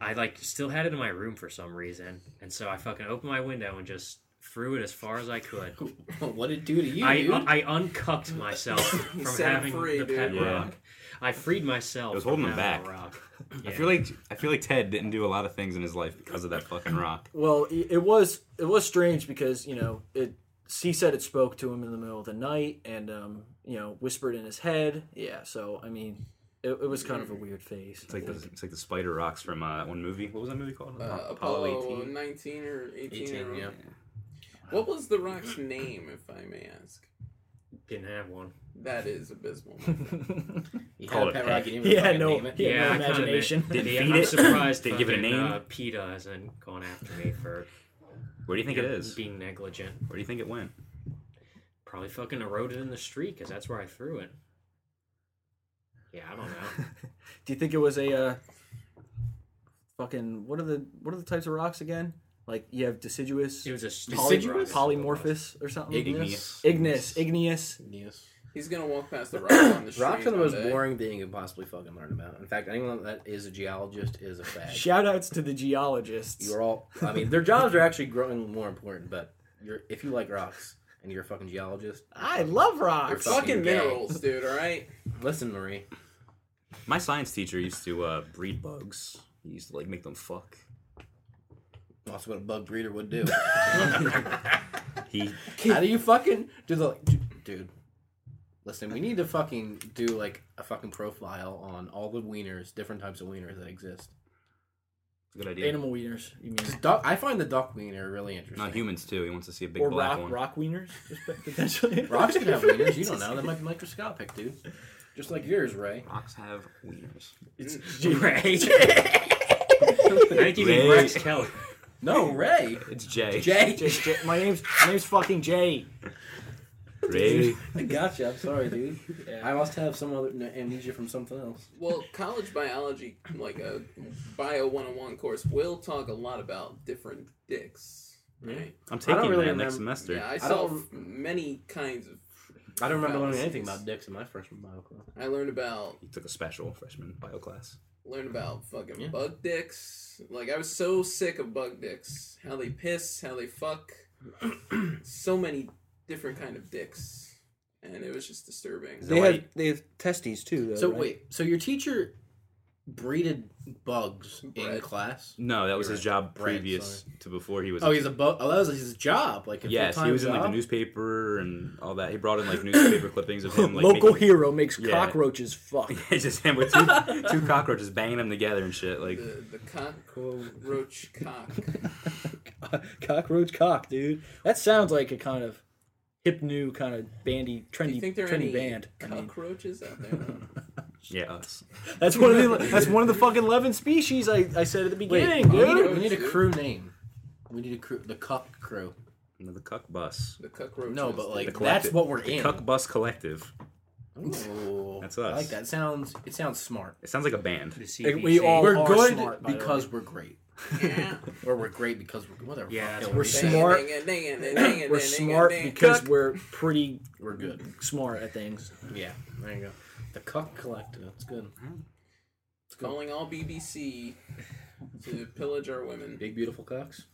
S4: I like still had it in my room for some reason, and so I fucking opened my window and just threw it as far as I could.
S2: what did it do to you,
S4: I
S2: dude?
S4: I uncucked myself
S5: You
S4: from
S5: set him
S4: having
S5: free,
S4: the
S5: dude.
S4: pet
S1: Yeah.
S4: rock. I freed myself.
S1: It was holding
S4: from
S1: him
S4: having
S1: back.
S4: a rock.
S1: I feel like I feel like Ted didn't do a lot of things in his life because of that fucking rock.
S3: Well, i- it was it was strange because you know it. He said it spoke to him in the middle of the night and um, you know whispered in his head. Yeah, so I mean, it, it was kind of a weird phase.
S1: Mm. It's like the it's like the spider rocks from uh, that one movie. What was that movie called?
S5: Uh, Apollo 19 or 18.
S2: 18,
S5: or
S2: yeah.
S5: What was the rock's name, if I may ask?
S4: Didn't have one.
S5: That is abysmal. my friend.
S2: You
S1: Call it
S2: pet
S1: back.
S2: rock, you didn't even
S3: Yeah,
S2: fucking
S3: no,
S2: name it.
S3: yeah,
S4: Yeah,
S3: no
S4: I kinda
S3: imagination.
S1: Didn't
S4: Yeah,
S1: feed
S4: I'm
S1: it?
S4: surprised
S1: Didn't give it a
S4: fucking,
S1: name?
S4: Uh, PETA hasn't gone after me for
S1: Where do you think it is? Where
S4: being negligent.
S1: do you think it went?
S4: Probably fucking eroded in the street because that's where I threw it. Yeah, I don't know.
S3: Do you think it was a uh, fucking what are the what are the types of rocks again? Like you have deciduous,
S4: It was a stupid
S3: poly-
S4: rock.
S3: polymorphous, or something.
S1: Igneous.
S3: Igneous, igneous.
S2: Yes.
S5: He's gonna walk past the rock on the street.
S2: Rocks are the most
S5: one day.
S2: boring thing you can possibly fucking learn about. In fact, anyone that is a geologist is a fag.
S3: Shout outs to the geologists.
S2: You're all. I mean, their jobs are actually growing more important, but you're if you like rocks and you're a fucking geologist,
S3: I love
S5: They're
S3: rocks.
S5: fucking,
S2: fucking gay.
S5: minerals, dude. All right.
S2: listen, Marie.
S1: My science teacher used to uh, breed bugs. He used to like make them fuck.
S2: That's what a bug breeder would do.
S1: He
S2: How do you fucking do the dude? Listen, we need to fucking do like a fucking profile on all the wieners, different types of wieners that exist.
S1: good idea.
S3: Animal wieners, you mean?
S2: Just duck, I find the duck wiener really interesting.
S1: Not humans too. He wants to see a big
S3: Or
S1: black
S3: rock
S1: one.
S3: rock wieners, potentially.
S2: Rocks can have wieners. You don't know. That might be microscopic, dude. Just like yours, Ray.
S1: Rocks have wieners.
S4: Ray. I think you mean
S1: Ray.
S4: Rex Kelly.
S2: No, Ray.
S1: It's Jay.
S2: Jay.
S3: Jay, Jay, my name's my name's fucking Jay.
S1: Ray.
S2: I gotcha. I'm sorry, dude. I must have some other no, amnesia from something else.
S5: Well, college biology, like a bio 101 course, will talk a lot about different dicks. Right?
S1: I'm
S2: I
S1: taking
S2: don't really
S1: that next
S2: remem-
S1: semester.
S5: Yeah, I
S2: I
S5: saw
S2: don't-
S5: f- many kinds of.
S2: I don't remember learning
S5: phalluses.
S2: anything about dicks in my freshman bio class.
S5: I learned about
S1: He took a special freshman bio class.
S5: learned about fucking
S2: Yeah.
S5: bug dicks. Like I was so sick of bug dicks. How they piss, how they fuck. so many different kind of dicks, and it was just disturbing.
S1: They have-
S3: they have testes too. Though,
S2: So wait, so your teacher breeded bugs in
S5: Bread.
S2: class?
S1: No, that was
S2: You're
S1: his
S2: right.
S1: job
S2: Right,
S1: previous to before he was.
S2: Oh, he's a bug. Oh, that was his job. Like a
S1: yes, he
S2: full-time
S1: was in like the
S2: job? newspaper
S1: newspaper and all that. He brought in like newspaper clippings of him. Like,
S3: Local
S1: making-
S3: hero makes
S1: Yeah.
S3: cockroaches fuck.
S1: It's just him with two, two cockroaches banging them together and shit. Like
S5: The the cockroach cock.
S3: Cockroach cock, dude. That sounds like a kind of hip new kind of bandy trendy
S5: Do you think there are
S3: trendy
S5: any
S3: band. I mean,
S5: cockroaches out there?
S1: yeah, us.
S3: that's one of the that's one of the fucking eleven species I, I said at the
S2: Wait,
S3: beginning,
S2: we, need
S3: dude.
S2: a, we need a crew name. We need a crew. The Cuck Crew.
S1: The Cuck Bus.
S5: The cockroach.
S2: No, but like
S1: The
S2: that's
S1: collective.
S2: what we're
S1: The
S2: in.
S1: Cuck Bus Collective.
S2: Ooh,
S1: That's us.
S2: I like that. Sounds it sounds smart.
S1: It sounds like a band.
S4: The CBC.
S3: we all
S2: we're
S3: are
S2: good
S3: smart, by the
S2: because we're great,
S5: yeah.
S2: or we're great because we're whatever.
S4: Yeah,
S2: Fuck
S4: that's
S2: it,
S4: what
S2: we're
S4: we
S3: say.
S2: smart.
S3: Smart.
S5: We're
S3: We're smart because we're pretty
S2: We're good.
S3: smart at things.
S2: Yeah, there you go. The cuck collective. That's good.
S5: calling all BBC to pillage our women.
S2: Big beautiful cocks.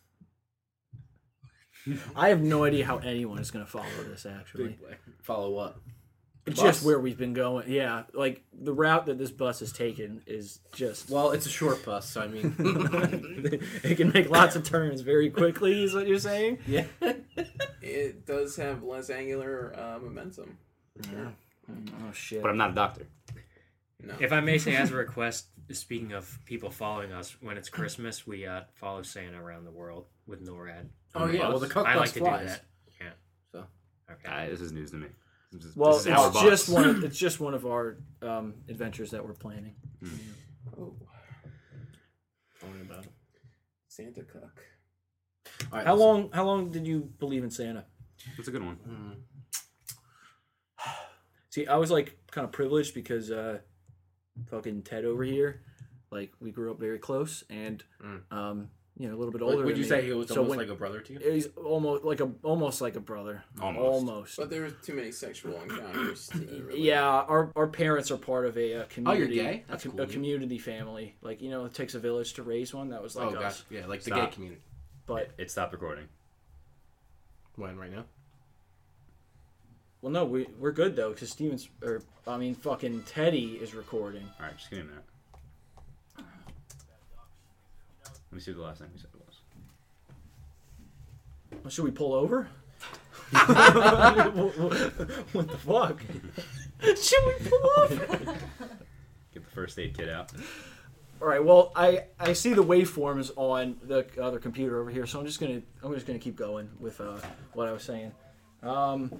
S3: I have no idea how anyone is going to follow this. Actually,
S2: Big black. Follow up.
S3: it's
S2: bus.
S3: just where we've been going. Yeah, like the route that this bus has taken is just.
S2: Well, it's a short bus, so I mean,
S3: it can make lots of turns very quickly. Is what you're saying?
S2: yeah.
S5: It does have less angular uh, momentum.
S3: Oh shit!
S1: But I'm not a doctor.
S5: No.
S4: If I may say, as a request, speaking of people following us, when it's Christmas, we uh, follow Santa around the world with NORAD.
S2: Oh yeah. Well, the cuck
S4: I
S2: bus
S4: like to
S2: flies.
S4: do that. Yeah.
S2: So.
S4: Okay.
S1: Uh, this is news to me. This is-
S3: well,
S1: this
S3: it's
S1: is our bus.
S3: just one. Of, it's just one of our um, adventures that we're planning.
S5: Oh,
S2: Don't worry about it.
S5: Santa cock.
S2: All right,
S3: How
S2: let's-
S3: long? How long did you believe in Santa?
S1: That's a good one.
S3: See, I was like kind of privileged because uh, fucking Ted over here, like we grew up very close, and
S2: Mm.
S3: um, you know a little bit older.
S2: Would, would
S3: than
S2: you
S3: me.
S2: say he was
S3: So
S2: almost
S3: when-
S2: like a brother to you?
S3: He's almost like a almost like a brother.
S1: Almost.
S3: Almost.
S5: But there was too many sexual encounters. To really
S3: Yeah, our, our parents are part of a, uh community.
S2: Oh, gay?
S3: A,
S2: That's
S3: com-
S2: cool,
S3: a
S2: dude.
S3: community family. Like you know, it takes a village to raise one. That was like
S2: oh
S3: us.
S2: gosh, yeah, like the
S1: Stop.
S2: gay community.
S3: But
S1: It stopped recording.
S2: When right now?
S3: well, no, we we're good though because Stevens or I mean fucking Teddy is recording.
S1: All right, just give me a minute. Let me see what the last thing we said was.
S3: Well, Should we pull over? what the fuck? Should we pull over?
S1: Get the first aid kit out.
S3: All right. Well, I I see the waveforms on the other computer over here, so I'm just gonna I'm just gonna keep going with uh, what I was saying. Um,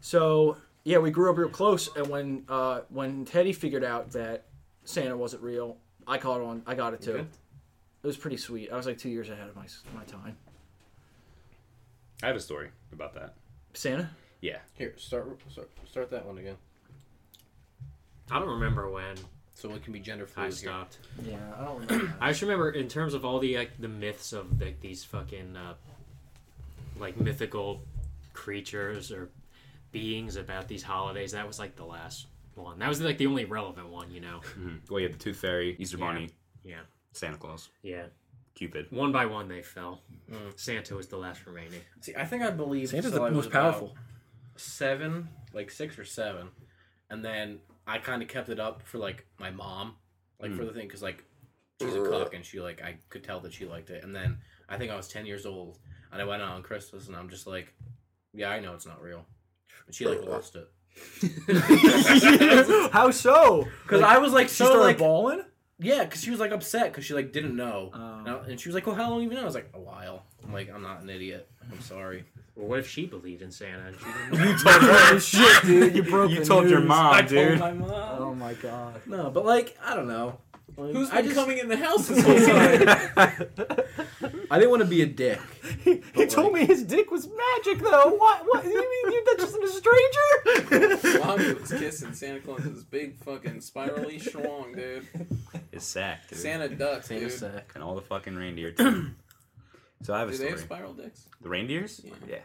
S3: so yeah, we grew up real close, and when uh, when Teddy figured out that Santa wasn't real, I caught on. I got it too.
S2: Okay.
S3: It was pretty sweet. I was like two years ahead of my my time.
S1: I have a story about that.
S3: Santa.
S1: Yeah.
S2: Here, start start, start that one again.
S4: I don't remember when
S2: So it can be gender
S4: I
S2: fluid here.
S4: stopped.
S3: Yeah, I don't remember.
S4: I just remember in terms of all the like, the myths of like these fucking uh, like mythical creatures or beings about these holidays. That was like the last one. That was like the only relevant one, you know.
S1: Mhm. Well, you had the Tooth Fairy, Easter
S4: Yeah.
S1: Bunny,
S4: Yeah,
S1: Santa Claus,
S4: yeah.
S1: Cupid.
S4: One by one, they fell.
S3: Mm.
S4: Santa was the last remaining.
S2: See, I think I believe
S3: Santa's
S2: till
S3: the
S2: I was
S3: most powerful.
S2: about Seven, like six or seven, and then I kind of kept it up for like my mom, like for the thing, because like she's a cook and she like I could tell that she liked it. And then I think I was ten years old and I went out on Christmas and I'm just like, yeah, I know it's not real. And she like lost it
S3: How so?
S2: because I was like
S3: She
S2: so
S3: started
S2: like
S3: bawling.
S2: yeah, because she was like upset because she like didn't know,
S3: Oh.
S2: and, I- and she was like, well, how long you been? out?" I was like, a while. I'm like, I'm not an idiot. I'm sorry.
S4: Well, what if she believed in Santa and she didn't? know?
S3: Holy shit, dude! You broke.
S1: You
S3: the
S1: told your
S3: news.
S1: mom,
S2: I
S1: dude.
S2: told my mom.
S3: Oh my god.
S2: No, but like I don't know.
S5: Who's
S2: I
S5: been
S2: just-
S5: coming in the house this whole time?
S2: I didn't want to be a dick.
S3: He, he told me his dick was magic, though. What? What? You mean you, that's just a stranger?
S5: Bobby was kissing Santa Claus with this big fucking spirally schlong, dude.
S1: His sack, dude.
S5: Santa ducks, dude.
S2: sack.
S1: And all the fucking reindeer, too. so I have a
S5: Do they
S1: story.
S5: have spiral dicks?
S1: the reindeers?
S5: Yeah.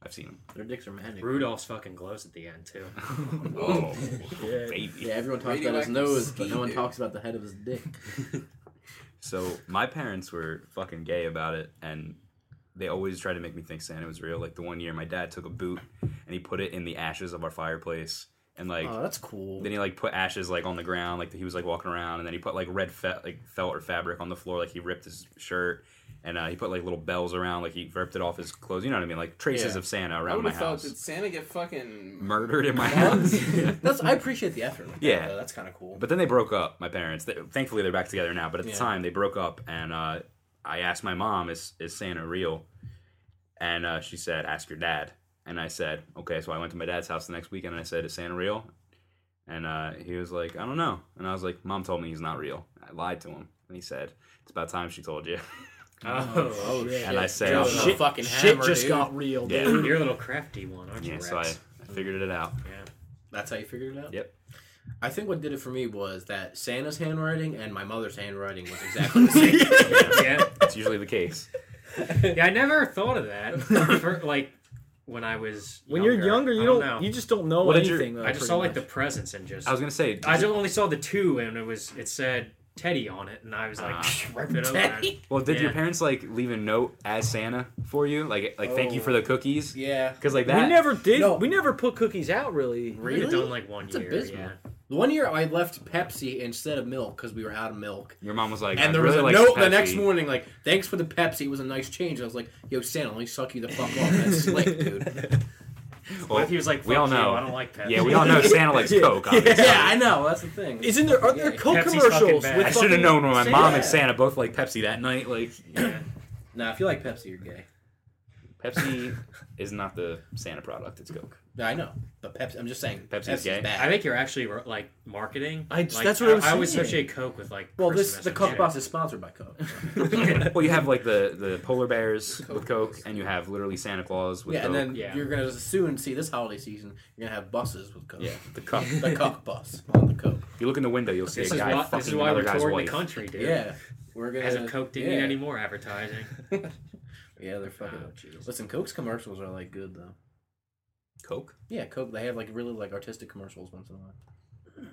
S1: I've seen them.
S2: Their dicks are magic.
S4: Rudolph's fucking glows at the end too.
S1: Oh, baby.
S2: Yeah, everyone talks about his
S5: Radioactive
S2: nose,
S5: ski,
S2: but no one
S5: dude.
S2: talks about the head of his dick.
S1: So my parents were fucking gay about it, and they always tried to make me think Santa was real. Like the one year, my dad took a boot and he put it in the ashes of our fireplace, and like
S2: Oh, that's cool.
S1: then he like put ashes like on the ground, like he was like walking around, and then he put like red fe- like felt or fabric on the floor, like he ripped his shirt. And uh, he put like little bells around, like he ripped it off his clothes. You know what I mean? Like traces
S2: Yeah.
S1: of Santa
S5: I
S1: around
S5: would
S1: my
S5: have thought,
S1: house. Mm,
S5: did Santa get fucking
S1: Murdered in my house.
S2: That's I appreciate the effort. Like that,
S1: Yeah.
S2: though. that's kind of cool.
S1: But then they broke up. My parents. They, thankfully, they're back together now. But at
S2: Yeah.
S1: the time, they broke up, and uh, I asked my mom, "Is is Santa real?" And uh, she said, "Ask your dad." And I said, "Okay." So I went to my dad's house the next weekend, and I said, "Is Santa real?" And uh, he was like, "I don't know." And I was like, "Mom told me he's not real." I lied to him, and he said, "It's about time she told you."
S4: Oh, oh
S1: And I said,
S2: Joe,
S1: I'm
S2: no.
S1: not-
S2: Shit. fucking
S3: shit
S2: hammer,
S3: just
S2: dude.
S3: got real, dude.
S1: Yeah.
S4: You're a little crafty one, aren't you?
S1: yeah, so I,
S4: Rex?
S1: I figured it out.
S4: Yeah.
S2: That's how you figured it out.
S1: Yep.
S2: I think what did it for me was that Santa's handwriting and my mother's handwriting was exactly the same.
S4: yeah.
S1: It's usually the case.
S4: Yeah, I never thought of that. For, like when I was
S3: When you're younger, you
S4: I
S3: don't,
S4: know.
S3: you just don't know
S1: What did your-
S3: anything. though,
S4: I just
S3: pretty
S4: saw like the
S3: much.
S4: presence and just
S1: I was gonna say,
S4: I just only saw the two and it was it said Teddy on it and I was like
S1: Ah.
S4: ripped it
S2: Teddy?
S1: well, did your
S4: Yeah.
S1: parents like leave a note as Santa for you, like like thank you
S3: Oh.
S1: for the cookies?
S2: yeah.
S1: Because like that,
S3: we never did.
S2: No.
S3: We never put cookies out really.
S4: open. Really?
S2: Really?
S4: done like one
S2: That's
S4: year.
S2: abysmal.
S4: Yeah.
S2: The one year I left Pepsi instead of milk because we were out of milk.
S1: your mom was like,
S2: And
S1: I
S2: there
S1: really
S2: was
S1: like
S2: a note the
S1: Pepsi.
S2: next morning, like, thanks for the Pepsi. It was a nice change. I was like, yo, Santa, let me suck you the fuck off. That's slick, dude.
S4: What if he was like,
S1: we all
S4: "Fuck you,
S1: know.
S4: I don't like Pepsi.
S1: Yeah, we all know Santa likes Coke. Obviously.
S2: yeah, I know. That's the thing.
S3: Isn't there? Are there
S2: Yeah,
S3: Coke
S4: Pepsi's fucking
S3: commercials?
S4: bad.
S3: With
S1: I should have known when my
S3: Santa.
S1: mom and Santa both like Pepsi that night. Like,
S4: Yeah.
S2: Nah, if you like Pepsi, you're gay.
S1: Pepsi is not the Santa product; it's Coke.
S2: Nah, I know. But Pepsi, I'm just saying.
S1: Pepsi's gay.
S2: bad.
S4: I think you're actually like marketing.
S3: I-
S4: Like,
S3: that's what I was
S4: I, always
S3: saying.
S4: associate Coke with like.
S2: well, this
S4: Christmas
S2: the
S4: and
S2: Coke
S4: shit.
S2: box is sponsored by Coke.
S1: well, you have like the the polar bears with Coke, and you have literally Santa Claus with
S2: yeah,
S1: Coke.
S2: and then
S4: yeah.
S2: you're going to soon see this holiday season, you're going to have buses with Coke.
S1: yeah, the cup.
S2: the Coke bus on the Coke.
S1: you look in the window, you'll see
S4: This
S1: a
S4: is
S1: guy
S4: why,
S1: fucking
S4: this is why
S1: another
S4: we're
S1: guy's
S4: touring the
S1: wife.
S4: country, dude.
S2: Yeah. We're gonna
S4: As if Coke didn't
S2: yeah.
S4: need any more advertising.
S2: Yeah, they're fucking.
S4: Oh, jeez.
S2: Listen, Coke's commercials are like good though.
S1: Coke.
S2: Yeah, Coke. They have like really like artistic commercials once in a while.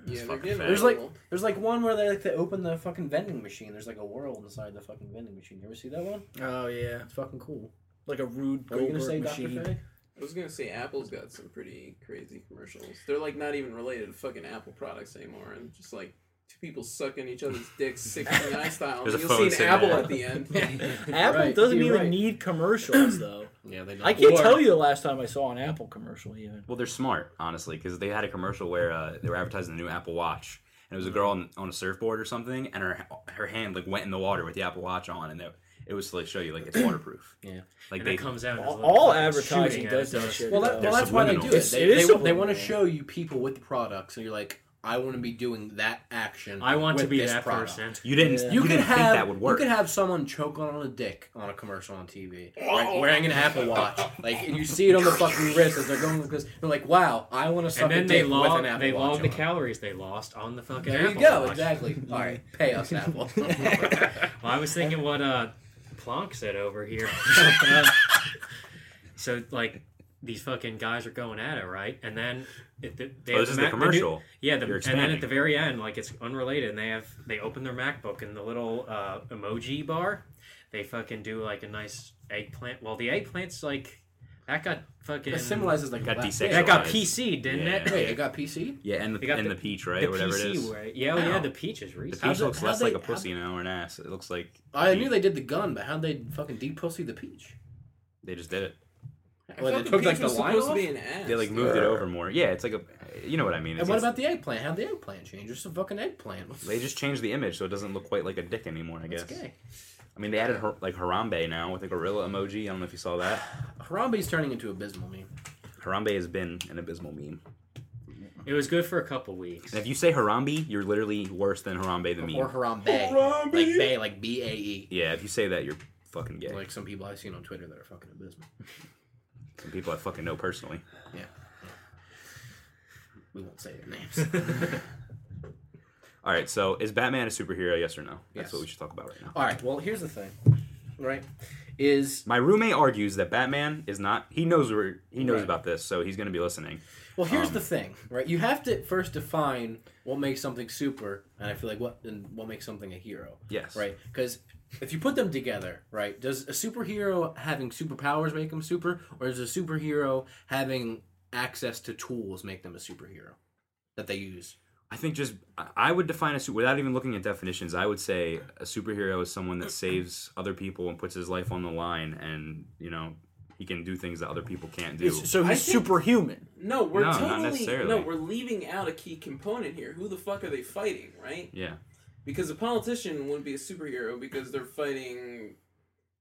S5: Yeah, they're
S1: fucking
S5: getting
S1: fat.
S2: There's like
S5: old.
S2: there's like one where they like they open the fucking vending machine. There's like a world inside the fucking vending machine. You ever see that one?
S3: Oh yeah,
S2: It's fucking cool.
S3: like a rude
S2: Are you gonna
S3: Goldberg
S2: say
S3: machine.
S2: Dr. Faye?
S5: I was gonna say Apple's got some pretty crazy commercials. They're like not even related to fucking Apple products anymore, and just like two people sucking each other's dicks, sixty nine style.
S1: There's a
S5: and
S1: phone
S5: You'll see an
S1: sitting
S5: apple
S1: there.
S5: at the end.
S3: Apple
S2: Right,
S3: doesn't
S2: you're
S3: even
S2: right.
S3: need commercials though.
S2: Yeah, they. Don't.
S3: I can't
S2: Or-
S3: tell you the last time I saw an Apple commercial even.
S1: Well, they're smart, honestly, because they had a commercial where uh, they were advertising the new Apple Watch, and it was a girl on, on a surfboard or something, and her her hand like went in the water with the Apple Watch on, and it, it was to like show you like it's waterproof.
S2: Yeah.
S1: like
S4: and it
S1: they
S4: comes out.
S3: All, all advertising does that shit.
S2: Well, that,
S1: They're
S2: well that's why they do
S1: subliminal.
S2: it.
S3: It's-
S2: they
S3: it is
S2: want to
S3: subliminal.
S2: show you people with the product, so you're like, I want to be doing that action.
S4: I want to
S2: with
S4: be
S2: this
S4: that
S2: product.
S4: person.
S1: you didn't
S3: Yeah.
S1: you,
S2: You, could
S1: didn't
S2: have
S1: think that would work.
S2: You could have someone choking on a dick on a commercial on TV, right, wearing an Apple Watch, like, and you see it on the fucking wrist as they're going like this. They're like, "Wow, I want to suck
S4: And
S2: a
S4: then
S2: dick
S4: they
S2: with
S4: log
S2: an Apple
S4: they
S2: Watch."
S4: log the
S2: on."
S4: calories they lost on the fucking.
S2: There you
S4: Apple
S2: go,
S4: Watch.
S2: exactly. All right, pay us, Apple.
S4: Well, I was thinking what uh, Plonk said over here. so like these fucking guys are going at it, right? And then it, they, they
S1: Oh, this is the
S4: Mac- new-
S1: commercial.
S4: yeah, the,
S1: You're
S4: and then
S1: expanding.
S4: at the very end, like it's unrelated, and they have they open their MacBook and the little uh, emoji bar, they fucking do like a nice eggplant. Well, the eggplant's like that got fucking
S2: it symbolizes like
S1: Got
S2: black-
S1: desexualized.
S4: that got PC, didn't
S1: Yeah.
S4: it?
S2: Wait, it got PC.
S1: yeah, and
S4: They
S1: the
S4: got
S1: and
S4: the-
S1: the, peach right,
S4: the
S1: whatever
S4: PC
S1: it is.
S4: way. Yeah, oh,
S2: Wow.
S4: yeah, the peach is
S1: The
S4: recent.
S1: peach
S2: it-
S1: looks
S2: how'd
S1: less
S2: they-
S1: like a
S2: how'd-
S1: pussy now or an ass. It looks like
S2: I knew they did the gun, but how'd they fucking depussy the peach?
S1: they just did it.
S5: I
S2: Well, they
S5: thought
S2: took, like,
S5: peach
S2: the
S5: was
S2: line
S5: supposed
S2: off?
S5: to be an ass.
S1: They like moved it over more. Yeah, it's like a you know what I mean.
S2: And
S1: It's-
S2: what
S1: it's-
S2: about the eggplant? How'd the eggplant change? It's a fucking eggplant.
S1: they just changed the image so it doesn't look quite like a dick anymore. I guess.
S2: It's gay.
S1: I mean, they added her, like Harambe now with a gorilla emoji. I don't know if you saw that.
S2: Harambe's turning into abysmal meme.
S1: Harambe has been an abysmal meme.
S4: It was good for a couple weeks.
S1: And if you say Harambe, you're literally worse than Harambe the meme.
S2: Or Harambe. Like Bay, like B A E.
S1: yeah, if you say that, you're fucking gay.
S2: Like some people I've seen on Twitter that are fucking abysmal.
S1: Some people I fucking know personally.
S2: Yeah. We won't say their names.
S1: All right, so is Batman a superhero? Yes or no? That's
S2: Yes.
S1: what we should talk about right now.
S2: All right. Well, here's the thing, right? Is
S1: My roommate argues that Batman is not. He knows where he knows
S2: Right.
S1: about this, so he's going to be listening.
S2: well, here's
S1: Um,
S2: the thing, right? You have to first define what makes something super, and I feel like what and what makes something a hero,
S1: Yes.
S2: right? Because if you put them together, right? Does a superhero having superpowers make them super, or does a superhero having access to tools make them a superhero that they use?
S1: I think just I- I would define a su- without even looking at definitions. I would say a superhero is someone that saves other people and puts his life on the line, and you know he can do things that other people can't do.
S3: It's- so
S5: I
S3: he's
S5: think-
S3: superhuman.
S5: No, we're
S1: No, not
S5: totally
S1: necessarily.
S5: no. We're leaving out a key component here. Who the fuck are they fighting, right?
S1: yeah,
S5: Because a politician wouldn't be a superhero because they're fighting,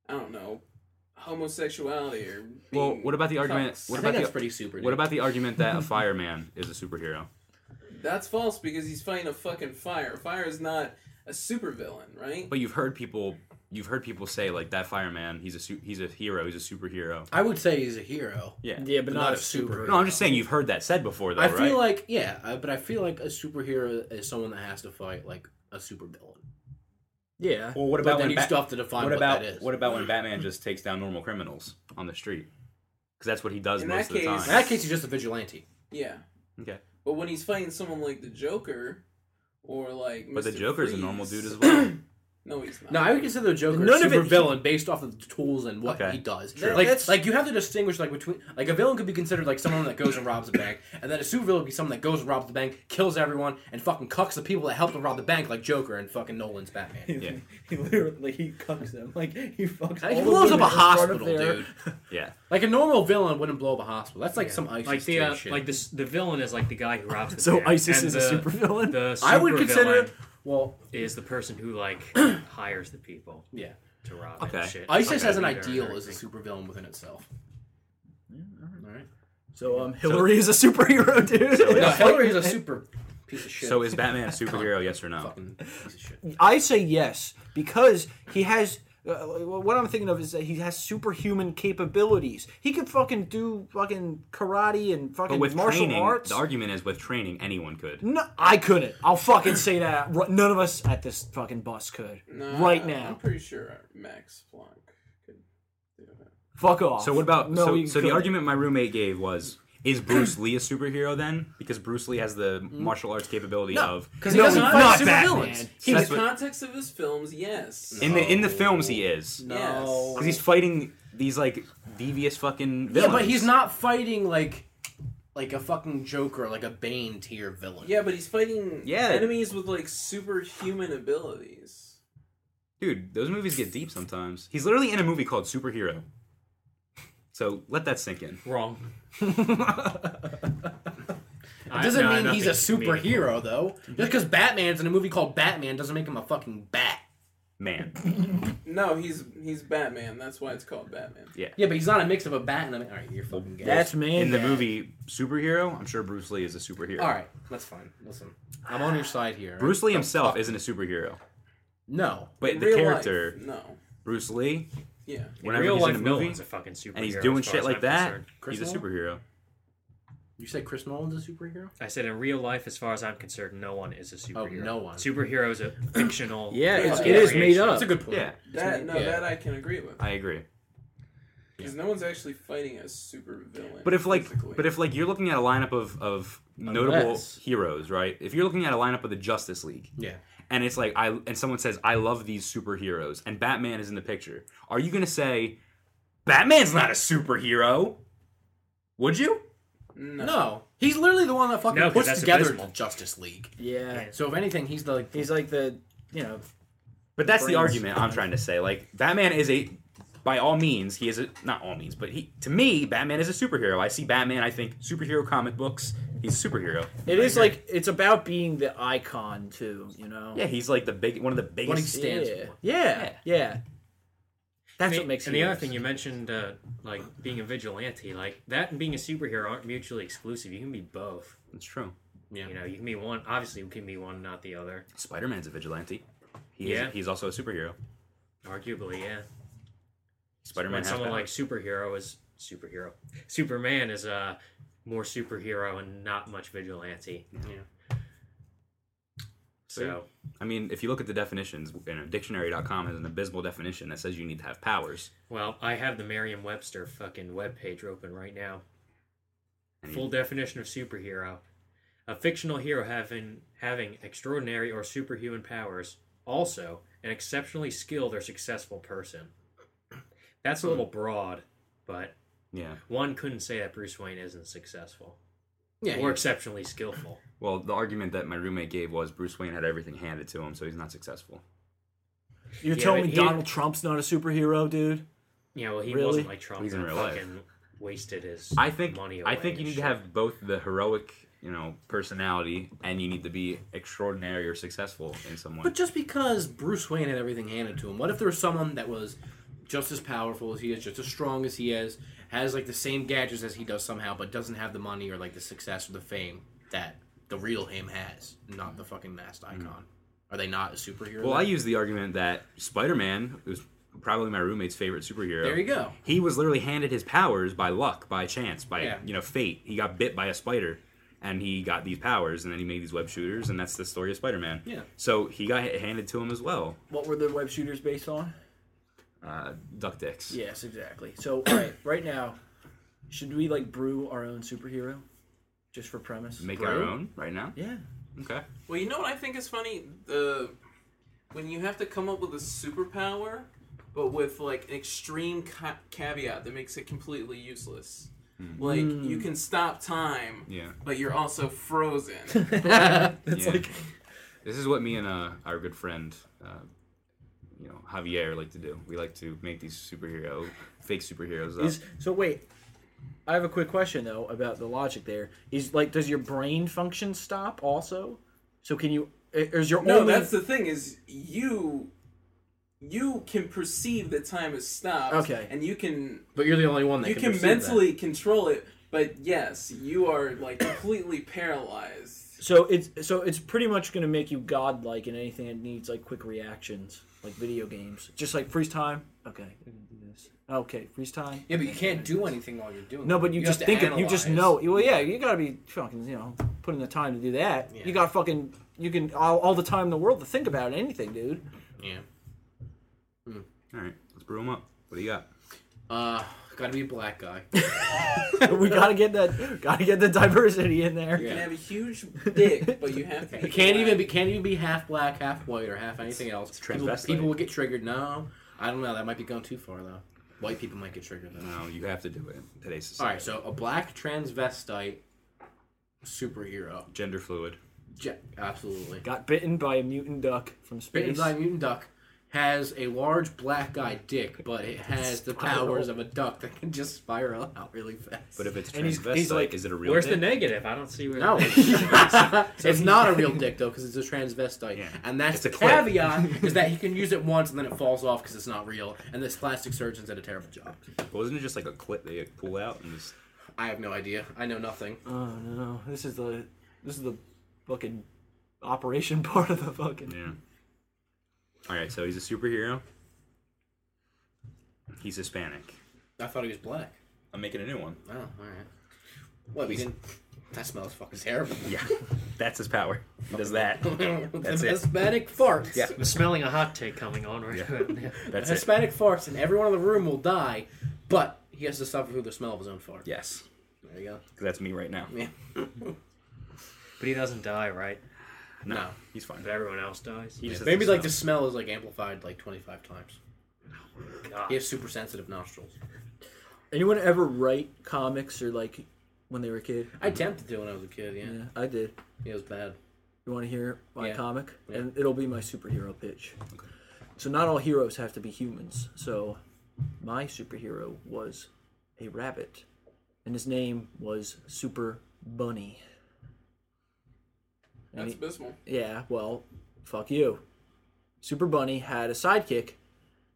S5: I don't know, homosexuality or.
S1: Well,
S5: being
S1: what about the argument-
S5: cucks.
S1: what
S2: I
S1: about
S2: think
S1: the-
S2: that's pretty super.
S1: What
S2: dude.
S1: about the argument that a fireman is a superhero?
S5: That's false because he's fighting a fucking fire. Fire is not a supervillain, right?
S1: But you've heard people you've heard people say like that fireman, he's a su- he's a hero, he's a superhero.
S2: I would say he's a hero.
S1: Yeah.
S3: Yeah, but,
S2: But
S3: not,
S2: not
S3: a
S2: a super-
S3: super.
S1: No, I'm just saying you've heard that said before though,
S2: I
S1: right?
S2: feel like yeah, I, but I feel like a superhero is someone that has to fight like a supervillain.
S3: Yeah.
S1: well, what
S2: But
S1: about
S2: then
S1: when
S2: you
S1: Bat-
S2: still have to define
S1: what
S2: what,
S1: about
S2: that is.
S1: what about when Batman just takes down normal criminals on the street? Because that's what he does
S5: In
S1: most
S5: that
S1: of the
S5: case-
S1: time.
S2: In that case, he's just a vigilante.
S5: Yeah.
S1: Okay.
S5: But when he's fighting someone like the Joker, or like
S1: But the
S5: Mr.
S1: Joker's
S5: Freeze,
S1: a normal dude as well.
S5: No, he's not.
S2: No, I would consider the Joker
S3: None
S2: a
S3: of it-
S2: supervillain based off of the tools and what
S1: Okay.
S2: he does.
S3: True.
S2: Like,
S3: That's-
S2: like you have to distinguish like between like a villain could be considered like someone that goes and robs a bank, and then a supervillain would be someone that goes and robs the bank, kills everyone, and fucking cucks the people that helped him rob the bank, like Joker and fucking Nolan's Batman.
S1: Yeah.
S3: he literally he cucks them like he fucks.
S2: Like,
S3: all
S2: he
S3: the
S2: blows up
S3: women
S2: a
S3: in front of
S2: hospital,
S3: their-
S2: dude.
S1: Yeah.
S2: Like a normal villain wouldn't blow up a hospital. That's like some ISIS
S4: like the uh,
S2: shit.
S4: like the the villain is like the guy who robs. The
S3: So
S4: bank,
S3: ISIS
S4: and
S3: is
S4: the-
S3: a supervillain.
S4: The
S2: I would
S4: supervillain
S2: consider well,
S4: is the person who like hires the people
S2: yeah.
S4: to rob.
S1: Okay.
S4: And shit.
S2: ISIS
S4: Okay.
S2: as an
S4: Leader and
S2: ideal is a
S4: everything.
S2: supervillain within itself. All right.
S3: So um, Hillary is a superhero, dude.
S2: No, Hillary is a super piece of shit.
S1: So is Batman a superhero? yes or no?
S2: fucking piece of shit.
S3: I say yes because he has. Uh, what I'm thinking of is that he has superhuman capabilities. He could fucking do fucking karate and fucking
S1: But with
S3: martial
S1: training,
S3: arts.
S1: the argument is with training, anyone could.
S3: No, I couldn't. I'll fucking say that. Ru- None of us at this fucking bus could.
S5: No,
S3: right
S5: I- I'm
S3: now.
S5: pretty sure uh, Max Planck could do that.
S3: Fuck off.
S1: So what about?
S3: No,
S1: so
S3: you
S1: so the
S3: couldn't.
S1: argument my roommate gave was: Is Bruce Lee a superhero then? Because Bruce Lee has the martial arts capability of.
S2: Because he
S3: No,
S2: doesn't
S3: not
S2: fight
S3: Batman.
S2: supervillains.
S1: So
S5: In
S1: that's
S5: the
S1: what-
S5: context of his films, yes.
S1: in the in the films he is because
S5: No.
S1: he's fighting these like devious fucking
S2: Yeah,
S1: villains.
S2: but he's not fighting like like a fucking Joker, like a Bane tier villain.
S5: Yeah, but he's fighting
S1: Yeah.
S5: enemies with like superhuman abilities.
S1: Dude, those movies get deep sometimes. He's literally in a movie called Superhero. So let that sink in.
S4: wrong.
S2: It doesn't mean he's a superhero though. Just because Batman's in a movie called Batman doesn't make him a fucking bat.
S1: Man.
S5: No, he's he's Batman. That's why it's called Batman.
S2: Yeah, but he's not a mix of a bat and a. All right, you're fucking gay.
S3: That's man.
S1: In the
S3: bad.
S1: movie Superhero, I'm sure Bruce Lee is a superhero.
S2: all right. That's fine. Listen, I'm on your side here.
S1: Bruce Lee himself isn't a superhero.
S2: No,
S1: But
S5: In
S1: the
S5: real
S1: character,
S5: life, no.
S1: Bruce Lee,
S5: Yeah.
S1: whenever
S4: real
S1: he's
S4: life,
S1: in a
S4: no
S1: movie
S4: one's a fucking superhero.
S1: and he's
S4: as
S1: doing
S4: far
S1: shit
S4: as
S1: like
S4: I'm
S1: that,
S4: concerned.
S2: Chris
S1: he's a
S2: Nolan?
S1: superhero.
S2: you said Chris Nolan's a superhero.
S4: I said in real life, as far as I'm concerned, no one is a superhero.
S2: Oh, no one.
S4: Superhero is a fictional.
S3: Yeah, it's,
S5: Yeah.
S3: it is made
S4: creation.
S3: up.
S2: That's a good point.
S1: Yeah,
S5: That no,
S2: Yeah.
S5: that I can agree with.
S1: I agree.
S5: Because no one's actually fighting a super villain.
S1: But if like,
S5: physically.
S1: but if like you're looking at a lineup of of notable
S2: Unless-
S1: heroes, right? If you're looking at a lineup of the Justice League,
S2: Yeah.
S1: and it's like I and someone says I love these superheroes and Batman is in the picture. Are you going to say Batman's not a superhero? Would you?
S5: no,
S2: No, he's literally the one that fucking
S4: No, 'cause
S2: puts
S4: that's
S2: together
S4: abysmal.
S2: the Justice League.
S3: yeah.
S2: So if anything, he's the like
S3: He's like the you know
S1: But that's the
S3: Brains.
S1: argument I'm trying to say. Like Batman is a by all means, he is a not all means, but he to me Batman is a superhero. I see Batman, I think superhero comic books, he's a superhero.
S3: it is like it's about being the icon too. You know.
S1: Yeah, he's like the big one of the
S2: what he
S1: biggest
S2: stands
S3: yeah.
S2: for.
S3: Yeah. Yeah. That's
S4: And
S3: what makes.
S4: And the other
S3: heroes.
S4: thing you mentioned, uh, like being a vigilante, like that and being a superhero aren't mutually exclusive. You can be both.
S1: That's true.
S4: You know, you can be one. Obviously, you can be one, not the other.
S1: Spider-Man's a vigilante. He
S4: Yeah.
S1: is, he's also a superhero.
S4: Arguably, yeah.
S1: Spider-Man
S4: When
S1: has
S4: someone
S1: powers.
S4: like superhero is superhero, Superman is uh, more superhero and not much vigilante. So
S1: I mean, if you look at the definitions, you know, dictionary.com has an abysmal definition that says you need to have powers.
S4: Well, I have the Merriam-Webster fucking webpage open right now.
S1: And
S4: Full definition of superhero: a fictional hero having having extraordinary or superhuman powers. Also, an exceptionally skilled or successful person. That's a little broad, but
S1: Yeah.
S4: one couldn't say that Bruce Wayne isn't successful
S2: Yeah,
S4: or exceptionally skillful.
S1: Well, the argument that my roommate gave was Bruce Wayne had everything handed to him, so he's not successful.
S3: You're
S4: Yeah,
S3: telling
S4: but
S3: me
S4: he-
S3: Donald Trump's not a superhero, dude?
S4: Yeah, well, he
S3: Really?
S4: wasn't like Trump.
S1: He's in
S4: and
S1: real life.
S4: fucking Wasted his.
S1: I think
S4: money.
S1: I
S4: away
S1: think
S4: and
S1: you need to
S4: shit.
S1: have both the heroic, you know, personality and you need to be extraordinary or successful in some way.
S2: But just because Bruce Wayne had everything handed to him, what if there was someone that was just as powerful as he is, just as strong as he is, has like the same gadgets as he does somehow, but doesn't have the money or like the success or the fame that the real him has, not the fucking masked icon or Are they not a superhero?
S1: Well, I
S2: then?
S1: use the argument that Spider Man was probably my roommate's favorite superhero.
S2: There you go.
S1: He was literally handed his powers by luck, by chance, by
S2: Yeah.
S1: you know fate. He got bit by a spider, and he got these powers, and then he made these web shooters, and that's the story of Spider Man.
S2: Yeah.
S1: So he got h- handed to him as well.
S3: What were the web shooters based on?
S1: Uh, duck dicks.
S3: Yes, exactly. So, all right, right now, should we like brew our own superhero, just for premise?
S1: Make
S2: Brew?
S1: our own right now.
S3: yeah.
S1: Okay.
S5: Well, you know what I think is funny? The when you have to come up with a superpower, but with like an extreme ca- caveat that makes it completely useless. Like you can stop time,
S1: Hmm. Yeah.
S5: but you're also frozen.
S3: It's
S1: Yeah.
S3: like
S1: This is what me and uh, our good friend, uh, you know, Javier, like to do. We like to make these superhero, fake superheroes up.
S3: is so. Wait, I have a quick question though about the logic. There is like, does your brain function stop also? So can you? Or is your
S5: no,
S3: only
S5: that's the thing is you you can perceive that time has stopped.
S3: Okay.
S5: and you can
S2: But you're the only one that
S5: you
S2: can,
S5: can,
S2: perceive that.
S5: mentally control it, but yes, you are like completely paralyzed.
S3: so it's so it's pretty much going to make you godlike in anything that needs like quick reactions, like video games. Just like freeze time. Okay, I can do this. Okay, freeze time.
S2: Yeah, but you can't do anything while you're doing.
S3: No,
S2: it.
S3: but you,
S2: have
S3: just
S2: to
S3: think it. You just
S2: analyze.
S3: know. Well, yeah, you gotta be fucking, you know, putting the time to do that.
S2: Yeah.
S3: You got fucking, you can all, all the time in the world to think about anything, dude.
S2: Yeah.
S1: All right, let's brew them up. What do you got?
S2: Uh, gotta be a black guy.
S3: we gotta get that, gotta get the diversity in there.
S5: You
S2: Yeah.
S5: can have a huge dick, but you have to.
S2: You can't even be can't even be half black, half white, or half anything else. people,
S1: transvestite.
S2: people will get triggered. No, I don't know. That might be going too far though. White people might get triggered though.
S1: No, you have to do it. in Today's
S2: All
S1: society.
S2: right, so a black transvestite superhero.
S1: Gender fluid.
S2: Je- absolutely.
S3: Got bitten by a mutant duck from
S2: Bitten
S3: space.
S2: by a mutant duck has a large black guy dick, but it has the
S3: Spiral.
S2: powers of a duck that can just spiral out really fast.
S1: But if it's
S3: And he's-
S1: transvestite,
S3: he's like,
S1: is it a real?
S4: Where's the
S1: dick?
S4: negative? I don't see where.
S2: No, it's not a real dick though, because it's a transvestite,
S1: Yeah.
S2: and that's
S1: It's
S2: the
S1: a clip.
S2: caveat is that he can use it once and then it falls off because it's not real, and this plastic surgeon did a terrible job.
S1: Wasn't it just like a clip they like, pull out and just?
S2: I have no idea. I know nothing.
S3: oh no, this is the, this is the, fucking, operation part of the fucking.
S1: Yeah. All right, so he's a superhero. He's Hispanic.
S2: I thought he was black.
S1: I'm making a new one.
S2: Oh, all right. What? We didn't. That smells fucking terrible.
S1: Yeah, that's his power. He does that.
S2: That's
S1: it.
S2: Hispanic farts.
S1: Yeah.
S4: I'm smelling a hot take coming on right
S1: Yeah.
S4: now.
S1: That's it.
S2: Hispanic farts, and everyone in the room will die, but he has to suffer through the smell of his own fart.
S1: Yes,
S2: There you go.
S1: 'cause that's me right now.
S2: Yeah.
S4: But he doesn't die, right?
S1: No,
S2: No.
S1: he's fine.
S4: But everyone else dies.
S1: He just has
S2: Maybe
S1: to
S2: like the
S1: smell. Oh
S2: smell is like amplified like 25 times.
S4: God.
S2: He has super sensitive nostrils.
S3: Anyone ever write comics or like, when they were a kid?
S2: I attempted to when I was a kid. Yeah,
S3: Yeah, I did.
S2: it was bad.
S3: You want to hear my
S2: Yeah.
S3: comic?
S2: Yeah.
S3: And it'll be my superhero pitch. So, not all heroes have to be humans. So, my superhero was a rabbit, and his name was Super Bunny.
S5: That's abysmal.
S3: Yeah, well, fuck you. Super Bunny had a sidekick.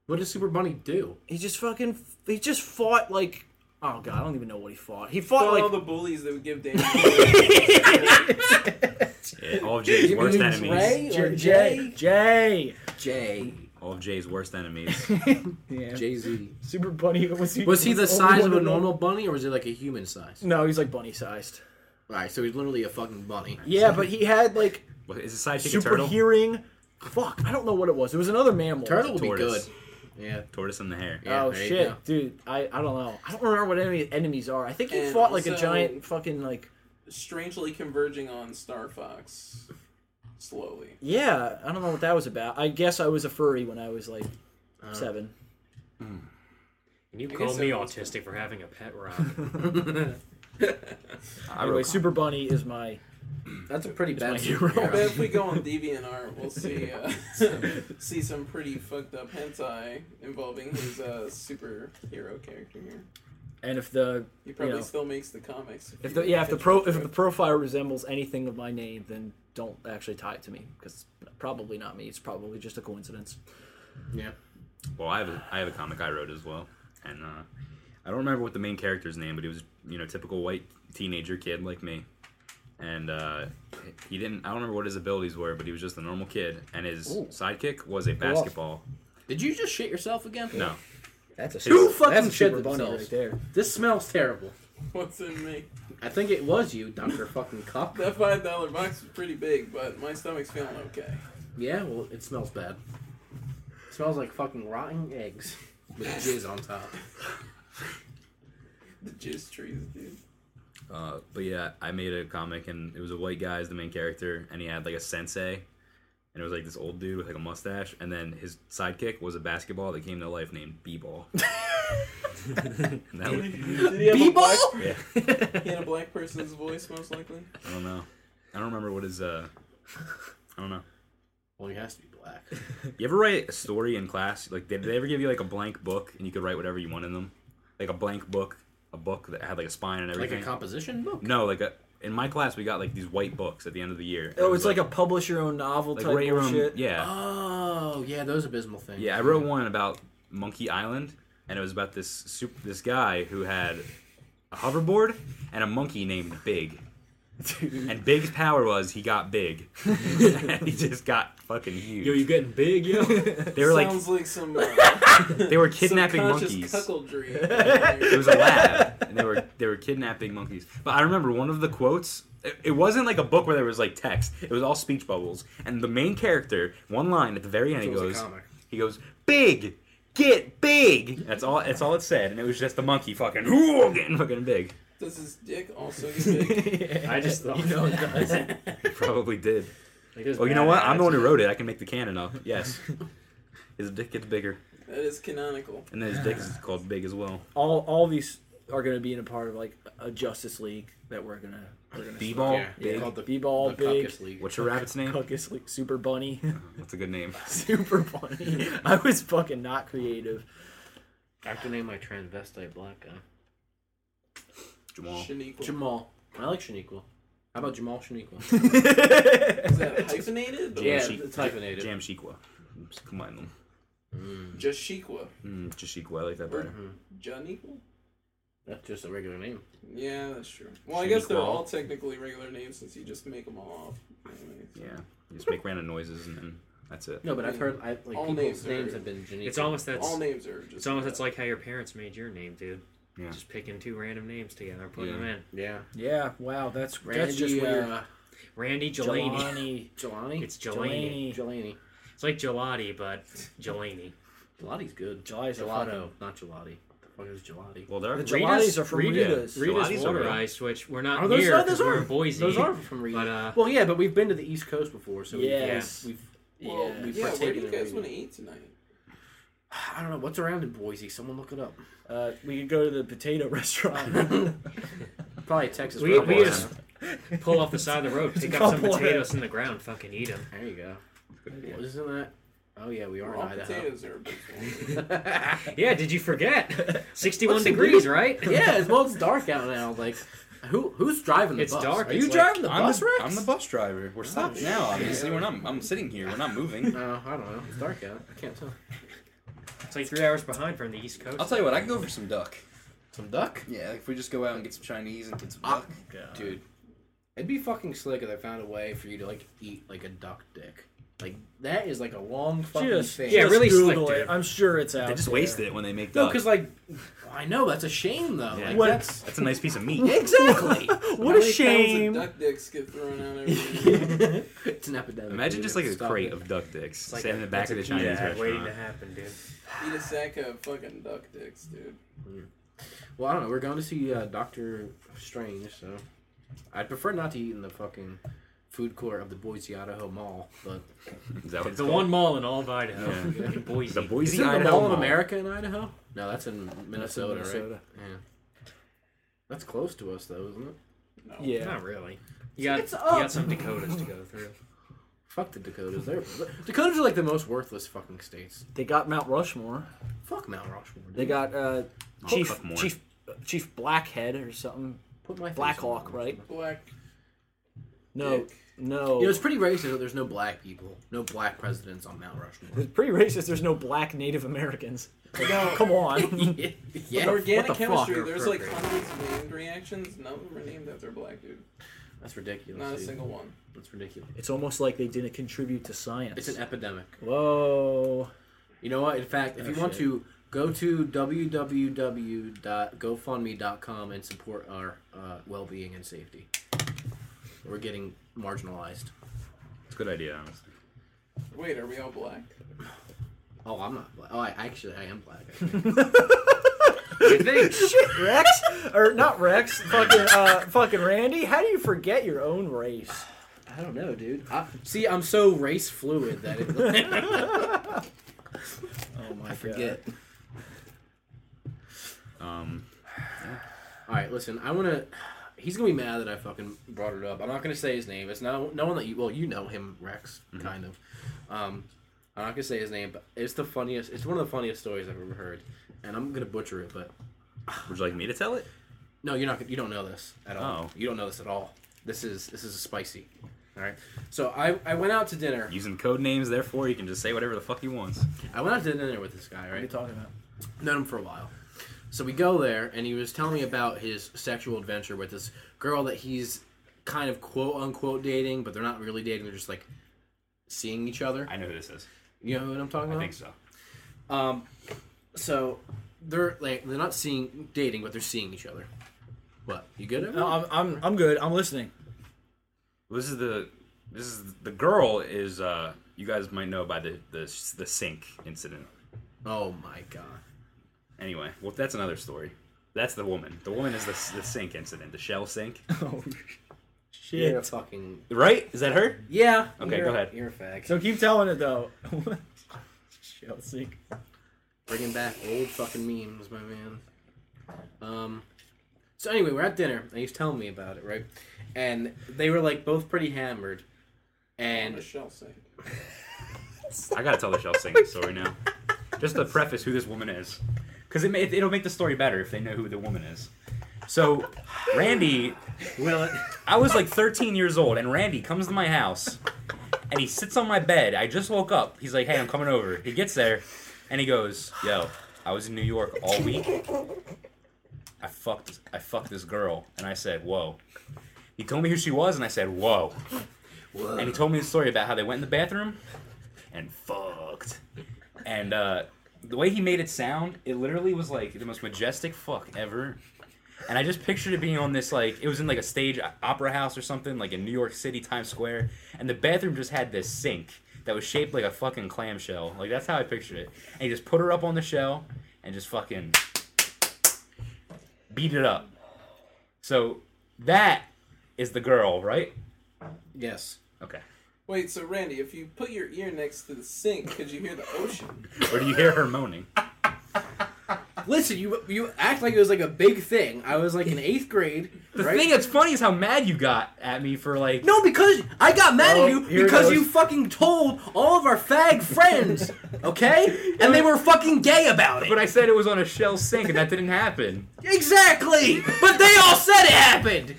S2: What does Super Bunny do?
S3: He just fucking. He just fought like. Oh, God, I don't even know what he fought. He fought
S5: all
S3: like.
S5: the bullies that would give Daniel.
S1: Yeah, all of Jay's worst enemies.
S3: J- Jay. Jay.
S2: J.
S1: All of Jay's worst enemies.
S3: Yeah.
S2: Jay Z.
S3: Super Bunny was he?
S2: Was he the
S3: only
S2: size
S3: one
S2: of a
S3: in the-
S2: normal bunny, or was he like a human size?
S3: No, he's like bunny sized.
S2: All right, so he's literally a fucking bunny.
S3: Yeah, but he had like
S1: What, is his sidekick a
S3: super
S1: turtle?
S3: hearing. Fuck, I don't know what it was. It was another mammal.
S2: Turtle would be good.
S1: Tortoise.
S2: Yeah.
S1: Tortoise and the hare.
S2: Yeah,
S3: oh
S2: there you
S3: shit,
S2: go.
S3: dude! I, I don't know. I don't remember what enemy enemies are. I think he
S5: And
S3: fought like a
S5: also-
S3: giant fucking like
S5: strangely converging on Star Fox slowly.
S3: yeah. I don't know what that was about. I guess I was a furry when I was like
S2: Uh,
S3: seven.
S4: And you
S5: I
S4: call
S5: guess
S4: me
S5: that was-
S4: autistic for having a pet rock.
S1: I
S3: Anyway,
S1: wrote
S3: Super Bunny is my
S2: That's a pretty
S3: my
S2: bad
S3: hero.
S5: But
S2: superhero.
S5: if we go on DeviantArt, we'll see uh, see some pretty fucked up hentai involving his uh, superhero character here.
S3: and if the
S5: He probably
S3: know.
S5: still makes the comics.
S3: if
S5: you
S3: the yeah if the
S5: pitch
S3: pro
S5: him
S3: if
S5: through.
S3: the profile resembles anything of my name, then don't actually tie it to me because it's probably not me. It's probably just a coincidence.
S2: Yeah.
S1: Well, I have a, I have a comic I wrote as well, and uh, I don't remember what the main character's name, but he was you know typical white teenager kid like me, and uh, he didn't. I don't remember what his abilities were, but he was just a normal kid, and his
S6: Ooh.
S1: sidekick was a basketball.
S2: Did you just shit yourself again?
S1: No,
S6: That's a super,
S3: Two
S6: that's
S3: fucking
S6: a super
S3: shit
S6: bunny
S2: themselves.
S6: right there.
S2: This smells terrible.
S5: What's in me?
S2: I think it was you, Doctor Fucking Cup.
S5: That five dollar box is pretty big, but my stomach's feeling okay.
S2: Yeah, well, it smells bad. It smells like fucking rotten eggs with jizz on top.
S5: The jizz trees, dude.
S1: uh, but yeah, I made a comic, and it was a white guy as the main character, and he had like a sensei, and it was like this old dude with like a mustache, and then his sidekick was a basketball that came to life named B-ball. And that was-
S5: Did he have a black?
S2: Bebo?
S1: yeah,
S5: He had a black person's voice, most likely.
S1: I don't know. I don't remember what his. uh I don't know.
S2: Well, he has to be black.
S1: You ever write a story in class? Like, did they ever give you like a blank book and you could write whatever you want in them? Like a blank book, a book that had like a spine and
S2: Like
S1: everything.
S2: a composition book.
S1: no, like a. In my class, we got like these white books at the end of the year.
S3: Oh, it's like, a publish your own novel type
S1: write your own-
S3: bullshit.
S1: Yeah,
S2: Oh, yeah, those abysmal things.
S1: yeah. I wrote one about Monkey Island, and it was about this soup, this guy who had a hoverboard and a monkey named Big. And Big's power was he got big. and he just got fucking huge.
S4: Yo, you getting big, yo?
S1: they were like
S5: Sounds like some uh,
S1: they were kidnapping
S5: subconscious
S1: monkeys.
S5: cuckoldry.
S1: it was a lab, and they were they were kidnapping monkeys. But I remember one of the quotes. It, it wasn't like a book where there was like text. It was all speech bubbles. And the main character, one line at the very end, he
S2: It was a
S1: goes,
S2: comic.
S1: he goes, big, get big. That's all. That's all it said. And it was just the monkey fucking "Ooh," getting fucking big.
S5: Does his dick also get big?
S4: I just thought.
S6: You know it does.
S1: It probably did.
S4: Like, there's
S1: Oh, you know what? I'm the one who
S4: badass.
S1: wrote it. I can make the canon up. Yes. His dick gets bigger,
S5: That is canonical.
S1: and then his dick is called big as well.
S3: All all these are going to be in a part of like a Justice League that we're gonna we're gonna
S1: B ball,
S2: yeah,
S1: big.
S2: called the,
S3: B ball
S2: the
S3: big.
S2: Cuckus League.
S1: What's your rabbit's name?
S3: Cuckus League, Super Bunny,
S1: That's a good name.
S3: Super Bunny. I was fucking not creative.
S4: I have to name my transvestite black guy.
S1: Jamal.
S5: Shaniqua.
S2: Jamal. I like Shaniqua. How about Jamal Shaniqua?
S5: Is that hyphenated? or
S2: yeah,
S1: Sheik-
S2: it's hyphenated.
S1: Jam Shikwa. Just combine them.
S5: Just Shaniqua.
S1: Mm, Jashikwa, I like that better.
S5: Janiqua?
S2: That's just a regular name.
S5: Yeah, that's true. Well, I guess they're
S1: Shaniqua.
S5: all technically regular names since you just make them all off. Anyways.
S1: Yeah. You just make random noises and then that's it.
S2: No, but I've heard I, like
S5: All
S2: people's names,
S5: names are-
S2: have been Shaniqua.
S4: It's almost that's.
S5: All names are just.
S4: It's almost that's like how your parents made your name, dude.
S1: Yeah.
S4: Just picking two random names together and putting
S1: Yeah.
S4: them in.
S2: yeah.
S3: Yeah, wow, that's
S2: Randy,
S3: that's just weird.
S2: Uh,
S4: Randy Jelani.
S3: Jelani.
S2: Jelani.
S4: It's
S3: Jelani.
S4: Jelani.
S2: Jelani.
S4: It's like gelati, but Jelani.
S2: Gelati's good.
S3: Gelati's a
S2: gelato, not gelati. The fuck is gelati?
S1: Well, there
S3: The
S1: are
S3: Gelatis are from
S4: Rita.
S3: Rita's.
S4: Rita's
S1: Gelati's are
S4: water
S1: real.
S4: ice, which we're not
S2: Are
S4: near
S2: those- oh,
S4: 'cause
S2: those
S4: we're
S2: are-
S4: in Boise.
S2: Those are from Rita.
S4: But uh,
S2: well, yeah, but we've been to the East Coast before, so
S3: Yes.
S2: we've, yeah,
S5: Well,
S2: we've,
S5: yeah, where do
S2: partaken
S5: you
S2: in
S5: guys
S2: Rita.
S5: want to eat tonight?
S2: I don't know what's around in Boise. Someone look it up.
S3: Uh, we could go to the potato restaurant.
S2: Probably Texas.
S4: we, we
S2: Roadhouse.
S4: just pull off the side of the road, pick up some
S3: Couple of-
S4: potatoes in the ground, fucking eat them.
S2: There you go. Well, isn't that? Oh yeah, we are
S5: Raw
S2: in Idaho.
S5: potatoes are a big one.
S4: Yeah, did you forget? 61
S2: What's the
S4: degrees, right?
S2: yeah, as well. It's dark out now. Like, who who's driving the
S4: It's
S2: bus?
S4: dark,
S2: Are
S4: it's
S2: you
S4: like-
S2: driving the
S1: I'm,
S2: bus,
S1: the,
S2: Rex?
S1: I'm the bus driver. We're stopped now, obviously. We're not. I'm sitting here. We're not moving.
S2: No, I don't know. It's dark out. I can't tell.
S4: It's like three hours behind from the East Coast.
S1: I'll tell you what. I can go for some duck.
S2: Some duck,
S1: Yeah, if we just go out and get some Chinese and get some
S2: Ah.
S1: duck.
S2: dude. It'd be fucking slick if I found a way for you to like eat like a duck dick. Like that is like a long fucking
S3: just,
S2: thing.
S4: Yeah,
S3: just
S4: really slick,
S3: Google it.
S4: dude.
S3: I'm sure it's out.
S1: They just
S3: there.
S1: waste it when they make
S2: No,
S1: duck.
S2: because like I know that's a shame though.
S1: Yeah.
S2: Like
S3: What-
S2: that's
S1: that's a nice piece of meat.
S2: exactly.
S3: What
S5: How
S3: a
S5: many
S3: shame.
S5: Pounds of duck dicks get thrown out every year?
S2: it's an epidemic.
S1: Imagine
S2: dude.
S1: just like a
S2: Stop
S1: crate
S2: it.
S1: of duck dicks,
S4: It's like
S1: sitting
S4: a-
S1: in the back
S4: it's
S1: of
S4: a
S1: the Chinese
S4: pizza waiting to
S1: restaurant.
S4: happen, dude.
S5: Eat a sack of fucking duck dicks, dude.
S2: Well, I don't know. We're going to see uh, Doctor Strange, so I'd prefer not to eat in the fucking food court of the Boise Idaho Mall, but
S1: Is that what it's
S4: The
S1: called?
S4: one mall in all of Idaho,
S1: Yeah.
S4: in Boise.
S1: The Boise
S2: is it the
S1: Idaho
S2: Mall of
S1: Mall.
S2: America in Idaho? No, that's in Minnesota,
S3: Minnesota.
S2: right? Yeah, that's close to us though, isn't it?
S5: No.
S3: Yeah.
S4: Not really. You got,
S2: It's
S4: you
S2: up.
S4: got some Dakotas to go through.
S2: Fuck the Dakotas. They're Dakotas are like the most worthless fucking states.
S3: They got Mount Rushmore.
S2: Fuck Mount Rushmore. Dude.
S3: They got uh, Chief
S1: fuck more.
S3: Chief Chief Blackhead or something.
S2: put my face
S3: Black
S2: on
S3: Hawk,
S2: Mount
S3: right?
S5: Black.
S3: No,
S5: Dick.
S3: no.
S2: Rushmore. You know, it's pretty racist that there's no black people, no black presidents on Mount Rushmore.
S3: It's pretty racist. There's no black Native Americans. Like,
S5: No.
S3: Come on.
S2: yeah,
S5: In
S2: yeah.
S5: organic
S2: what the fuck?
S5: chemistry,
S4: are
S5: there's like
S4: appropriate?
S5: hundreds of named reactions. None of them are named after a black dude.
S2: That's ridiculous.
S5: Not a
S2: dude.
S5: single one.
S2: That's ridiculous.
S3: It's almost like they didn't contribute to science.
S2: It's an epidemic.
S3: Whoa.
S2: You know what? In fact, if
S3: Oh,
S2: you want
S3: shit.
S2: to go to www.gofundme.com and support our uh, well-being and safety, we're getting marginalized.
S1: It's a good idea, honestly.
S5: Wait, are we all black?
S2: Oh, I'm not. Black. Oh, I actually I am black. I think.
S3: Shit, Rex or not Rex? Fucking uh, fucking Randy. How do you forget your own race? I don't know, dude.
S2: I, see, I'm so race fluid that it,
S3: Oh my
S2: I forget.
S1: Um,
S2: All right, listen. I want to. He's gonna be mad that I fucking brought it up. I'm not gonna say his name. It's no no one that you well you know him Rex kind of. Um, I'm not gonna say his name, but it's the funniest. It's one of the funniest stories I've ever heard, and I'm gonna butcher it. But
S1: would you like me to tell it?
S2: no, you're not. You don't know this at all.
S1: Oh.
S2: You don't know this at all. This is this is spicy. All right. So I I went out to dinner.
S1: Using code names, therefore, you can just say whatever the fuck you want.
S2: I went out to dinner with this guy.
S3: What are you
S2: Right.
S3: talking about?
S2: known him for a while. So we go there, and he was telling me about his sexual adventure with this girl that he's kind of quote unquote dating, but they're not really dating. They're just like seeing each other.
S1: I know who this is.
S2: You know what I'm talking
S1: I
S2: about?
S1: think so.
S2: Um, so they're like they're not seeing dating, but they're seeing each other. What you good? over
S3: No,
S2: there?
S3: I'm, I'm I'm good. I'm listening.
S1: This is the this is the girl is uh you guys might know by the the the sink incident.
S2: oh my god!
S1: Anyway, well that's another story. That's the woman. The woman is the the sink incident, the shell sink.
S3: Oh
S2: You're a
S3: shit.
S2: fucking
S1: Right? Is that her?
S2: yeah.
S1: Okay,
S2: you're-
S1: go ahead.
S2: You're a fag.
S3: So keep telling it though. Shell sink.
S2: Bringing back old fucking memes, my man. Um, so anyway, we're at dinner, and he's telling me about it, right? And they were like both pretty hammered,
S5: And a
S2: and
S5: shell sink.
S1: I gotta tell the shell sink story now. Just to preface who this woman is, because it, ma- it it'll make the story better if they know who the woman is. So, Randy,
S2: will it?
S1: I was like 13 years old, and Randy comes to my house, and he sits on my bed. I just woke up. He's like, "Hey, I'm coming over." He gets there, and he goes, "Yo, I was in New York all week. I fucked, I fucked this girl," and I said, "Whoa." He told me who she was, and I said, "Whoa." And he told me the story about how they went in the bathroom and fucked. And uh, the way he made it sound, it literally was like the most majestic fuck ever. And I just pictured it being on this like it was in like a stage opera house or something like in New York City Times Square, and the bathroom just had this sink that was shaped like a fucking clamshell. Like that's how I pictured it. And he just put her up on the shell and just fucking beat it up. So that is the girl, right?
S2: Yes.
S1: Okay.
S5: Wait, so Randy, if you put your ear next to the sink, could you hear the ocean?
S1: Or do you hear her moaning?
S2: Listen, you you act like it was like a big thing. I was like in eighth grade,
S1: The
S2: right?
S1: thing that's funny is how mad you got at me for like
S2: no, because I got mad
S3: Oh,
S2: at you
S3: here it
S2: because
S3: goes.
S2: you fucking told all of our fag friends, okay? And they were fucking gay about it.
S1: But I said it was on a shell sink and that didn't happen.
S2: exactly. But they all said it happened.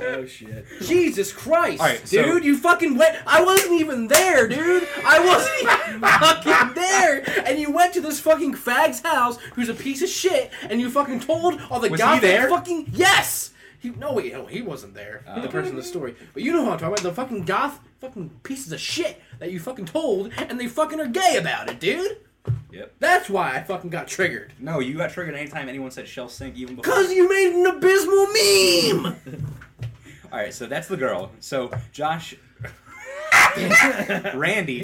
S3: Oh shit.
S2: Jesus Christ,
S1: Alright, so-
S2: dude! You fucking went. I wasn't even there, dude. I wasn't even fucking there. And you went to this fucking fag's house, who's a piece of shit, and you fucking told all the
S1: Was he
S2: goddamn
S1: there?
S2: fucking yes. He, no, wait, no, he wasn't there. the
S1: Oh.
S2: person in the story, but you know who I'm talking about. The fucking goth, fucking pieces of shit that you fucking told, and they fucking are gay about it, dude.
S1: Yep.
S2: That's why I fucking got triggered.
S1: No, you got triggered anytime anyone said shell sink even before.
S2: Cause you made an abysmal meme.
S1: All right, so that's the girl. So Josh, Randy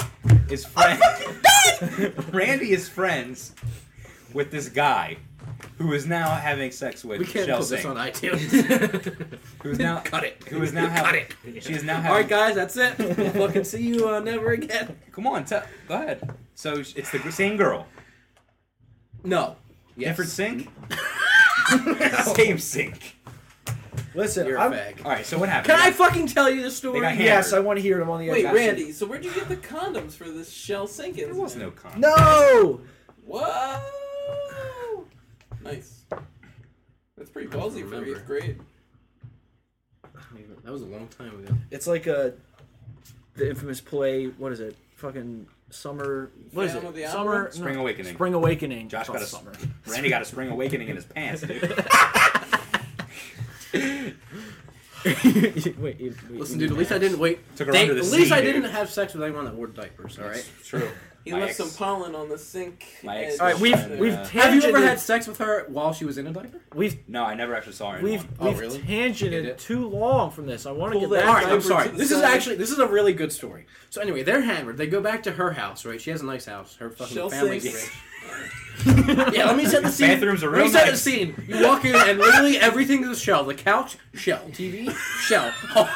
S1: is friend. Randy is friends with this guy who is now having sex with
S2: We can't
S1: Shell
S2: put this
S1: Sink.
S2: on iTunes.
S1: who is now
S2: Cut it.
S1: Who is now
S2: Cut
S1: having?
S2: it.
S1: She is now
S2: All
S1: having.
S2: right, guys, that's it. We'll fucking see you uh, never again.
S1: Come on, tell go ahead. So sh- it's the g- same girl,
S2: No. Yes.
S1: different sink, same sink.
S3: Listen,
S2: You're a
S3: I'm,
S2: fag.
S1: All right, so what happened?
S2: Can I fucking tell you the story?
S1: They got hand-
S3: yes, I want to hear it. I'm on the edge.
S5: Wait,
S3: I-
S5: Randy, so where'd you get the condoms for this shell sink?
S1: There was no con.
S3: No.
S5: Whoa! Nice. That's pretty ballsy for
S2: remember.
S5: eighth grade.
S2: That was a long time ago.
S3: It's like a the infamous play. What is it? Fucking summer. What is
S5: Phantom of the
S3: it?
S5: Opera?
S3: Summer.
S1: Spring
S3: no,
S1: Awakening.
S3: Spring Awakening.
S1: Josh
S3: It's
S1: got
S3: called
S1: a Randy got a spring awakening in his pants, dude.
S3: wait, wait,
S2: Listen, dude. At least I didn't wait.
S1: Took her
S2: They-
S1: under the
S2: at least
S1: sea,
S2: I
S1: dude.
S2: didn't have sex with anyone that wore diapers. All right.
S1: True.
S5: He
S1: My ex-
S5: left some pollen on the sink.
S1: My ex-
S5: and-
S3: All right, we've we've
S1: Uh,
S2: Have you ever
S3: tangented-
S2: had sex with her while she was in a diaper?
S3: we've
S1: No, I never actually saw her. in
S3: we've
S1: one.
S2: Oh,
S3: we've
S2: really? Get
S3: tangented
S2: it?
S3: too long from this. I want to
S5: Pull
S3: get
S5: that
S3: back.
S2: All right, I'm
S5: Diapers
S2: sorry.
S5: to the
S2: This is
S5: side.
S2: actually this is a really good story. So anyway, they're hammered. They go back to her house, right? She has a nice house. Her fucking
S5: Shell
S2: family's
S5: sinks.
S2: rich. yeah, let me set the scene.
S1: Bathrooms are
S2: let me
S1: real
S2: set
S1: nice.
S2: the scene. You walk in and literally everything is a shell. The couch, shell. TV, shell. All,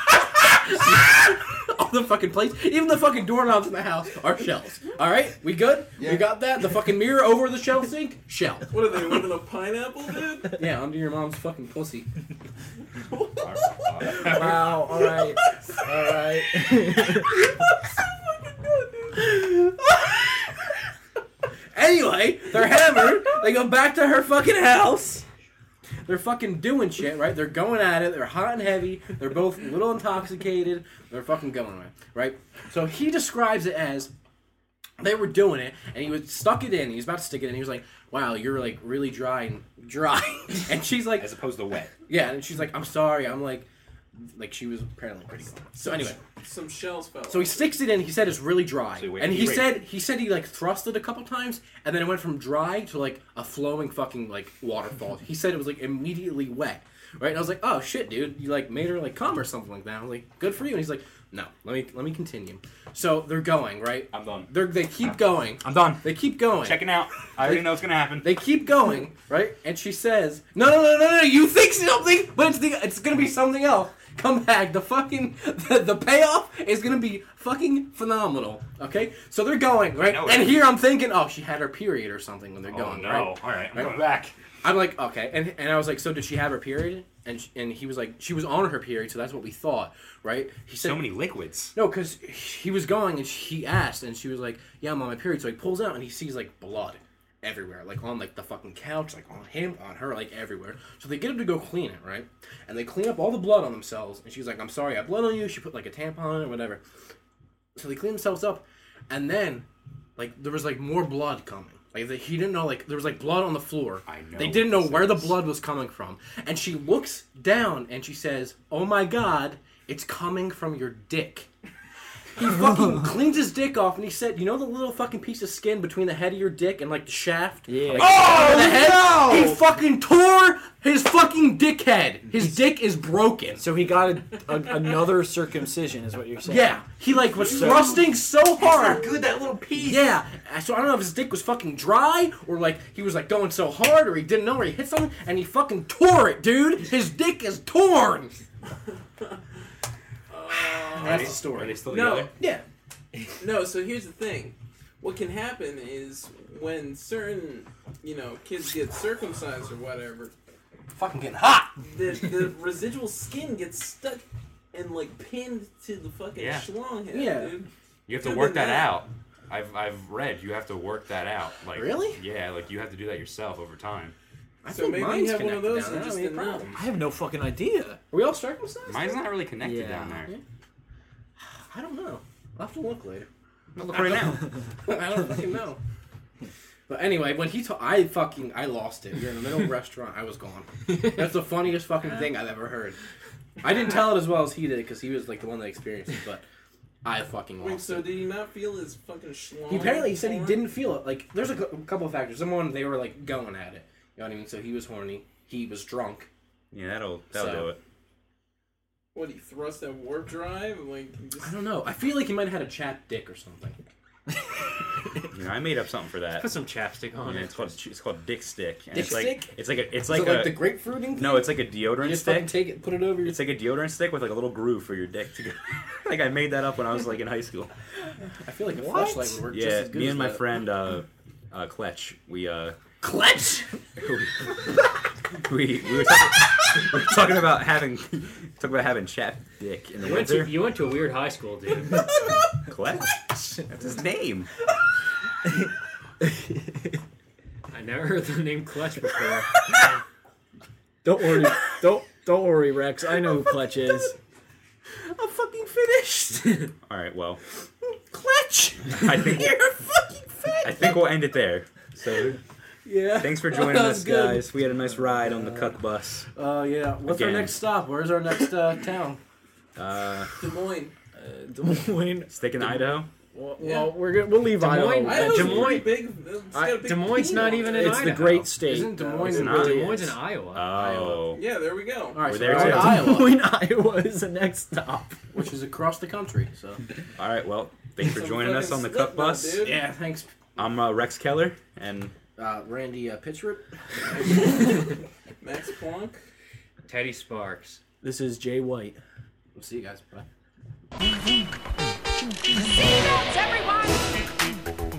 S2: all the fucking plates, even the fucking doorknobs in the house are shells. All right, we good? We got that. The fucking mirror over the shell sink, shell.
S5: What are they? One of the pineapple, dude?
S2: Yeah, under your mom's fucking pussy.
S3: Wow. All right. All right.
S2: Anyway, they're hammered. they go back to her fucking house. They're fucking doing shit, right? They're going at it. They're hot and heavy. They're both a little intoxicated. They're fucking going at it, right? So he describes it as they were doing it, and he was stuck it in. He was about to stick it in. He was like, "Wow, you're like really dry and dry." and she's like,
S1: As opposed to wet.
S2: "Yeah," and she's like, "I'm sorry." I'm like, like she was apparently pretty. Good. So anyway,
S5: Some shells fell.
S2: so he sticks it in. He said it's really dry,
S1: So wait,
S2: and he
S1: wait.
S2: said he said he like thrust it a couple times, and then it went from dry to like a flowing fucking like waterfall. he said it was like immediately wet, right? And I was like, oh shit, dude, you like made her like come or something like that. I was like, good for you. And he's like, no, let me let me continue. So they're going right.
S1: I'm done.
S2: They're, they keep going.
S1: I'm done.
S2: They keep going.
S1: Checking out. I already know what's gonna happen.
S2: They keep going, right? And she says, "No, no, no, no, no! You think something, but it's the, it's gonna be something else. Come back. The fucking the, the payoff is gonna be fucking phenomenal. Okay? So they're going right,
S1: know
S2: and
S1: it.
S2: here I'm thinking, oh, she had her period or something when they're
S1: oh
S2: going.
S1: no!
S2: Right?
S1: All right, I'm
S2: Right?
S1: coming back.
S2: I'm like, okay, and and I was like, so did she have her period? And sh and he was like, she was on her period, so that's what we thought, right? He said,
S1: So many liquids.
S2: no, because he was going and she asked, and she was like, "Yeah, I'm on my period." So he pulls out and he sees like blood everywhere, like on like the fucking couch, like on him, on her, like everywhere. So they get him to go clean it, right? And they clean up all the blood on themselves, and she's like, "I'm sorry, I have blood on you." She put like a tampon on it, whatever. So they clean themselves up, and then like there was like more blood coming. Like they, he didn't know like there was like blood on the floor.
S1: I know
S2: They didn't know
S1: this
S2: where the
S1: is.
S2: blood was coming from. And she looks down and she says, "Oh my god, it's coming from your dick." He fucking cleans his dick off and he said, "You know the little fucking piece of skin between the head of your dick and like the shaft?"
S3: Yeah.
S2: Like, oh the head? He fucking tore his fucking dick head. His dick is broken.
S3: So he got a, a, another circumcision, is what you're saying?
S2: Yeah, he like was thrusting so hard.
S5: good that little piece.
S2: Yeah, so I don't know if his dick was fucking dry or like he was like going so hard or he didn't know or he hit something and he fucking tore it, dude. His dick is torn.
S5: Oh,
S2: That's the
S1: Are they
S2: story.
S1: still
S5: No.
S1: together?
S2: Yeah,
S5: No, so here's the thing. What can happen is when certain, you know, kids get circumcised or whatever,
S2: fucking getting hot.
S5: the, the residual skin gets stuck and like pinned to the fucking
S1: Yeah.
S5: schlong head,
S2: Yeah.
S5: dude.
S1: You have to
S5: Could've
S1: work
S5: been
S1: that
S5: that.
S1: out. I've I've read you have to work that out. Like
S2: Really?
S1: Yeah, like you have to do that yourself over time.
S2: I
S5: So maybe you have one
S2: connected
S5: of
S2: down
S5: those and
S2: there.
S5: just
S2: That'd be a
S5: enough.
S2: problem.
S3: I have no fucking idea.
S2: Are we all circumcised?
S1: Mine's not really connected down
S3: Yeah.
S1: there.
S2: I don't know. I'll have to look later.
S1: I'll look right now.
S2: I don't fucking know. But anyway, when he told, I fucking, I lost it. You're in the middle of a restaurant. I was gone. That's the funniest fucking thing I've ever heard. I didn't tell it as well as he did because he was like the one that experienced it. But I fucking
S5: Wait,
S2: lost
S5: so
S2: it.
S5: did he not feel his fucking schlong?
S2: He apparently he said he
S5: torn?
S2: didn't feel it. Like there's a cou- couple of factors. Someone they were like going at it. You know what I mean? So he was horny. He was drunk.
S1: Yeah, that'll that'll
S2: So-
S1: do it.
S5: What, he thrust that warp drive? Like, he just...
S2: I don't know. I feel like he might have had a chapped dick or something.
S1: You know, I made up something for that.
S4: Put some chapstick on
S1: Yeah,
S4: it.
S1: it's called it's called Dick Stick. And
S2: Dick
S1: it's like
S2: Stick?
S1: it's like a it's
S2: Is
S1: like
S2: it like
S1: a
S2: the grapefruiting?
S1: no, it's like a
S2: You
S1: deodorant
S2: just fucking
S1: stick.
S2: take it, put it over your.
S1: It's like a deodorant stick with like a little groove for your dick to go. like I made that up when I was like in high school.
S2: I feel like a
S3: What?
S2: flashlight would work just
S1: Yeah,
S2: as good
S1: me
S2: as
S1: and my
S2: that.
S1: friend uh, uh, Kletch, we uh,
S2: Clutch.
S1: we we were, talking, we were talking about having talking about having chap dick in the
S4: You went, to,
S1: winter.
S4: you went to a weird high school, dude.
S1: Kletch, that's his name.
S4: I never heard the name Clutch before.
S3: Don't worry. don't don't worry, Rex. I know who Clutch is.
S2: I'm fucking finished.
S1: All right, well,
S2: Clutch.
S1: I think
S2: You're fucking
S1: I
S2: fat.
S1: think we'll end it there. So
S3: Yeah.
S1: Thanks for joining
S3: That
S1: us,
S3: was good.
S1: guys. We had a nice ride on the Cuck bus.
S3: Uh, yeah. What's our
S1: Again.
S3: next stop? Where's our next uh, town?
S1: Uh,
S5: Des Moines.
S3: Des Moines.
S1: sticking to Idaho.
S3: Well,
S5: Yeah.
S3: well we're gonna, we'll leave
S4: Des
S3: Idaho.
S4: Moines-
S3: Uh,
S5: Idaho's
S4: Des
S5: Des
S4: Moines-
S5: Moines. Big, it's got a
S4: I-
S5: big
S4: Des Moines
S5: pool
S4: not
S5: on
S4: even
S5: it.
S4: in
S3: It's the
S4: Idaho.
S3: great state.
S5: Isn't Des
S3: though,
S5: Moines
S3: isn't
S1: in
S3: it?
S1: Iowa?
S4: Des Moines in Iowa.
S1: Oh.
S5: Yeah, there we go.
S3: All
S1: We're
S3: right, so
S1: there
S3: we're
S1: too.
S3: in Iowa,
S4: Iowa is the next stop.
S3: which is across the country. So
S1: All right. Well, thanks for
S5: Some
S1: joining us
S5: fucking
S1: on the
S5: Slipknot,
S1: Cuck bus.
S5: dude.
S3: yeah, thanks,
S1: I'm uh, Rex Keller, and
S3: uh, Randy uh, Pitchford.
S5: Max Planck.
S4: Teddy Sparks.
S3: This is Jay White.
S2: We'll see you guys. Bye.
S6: Seagulls, everyone!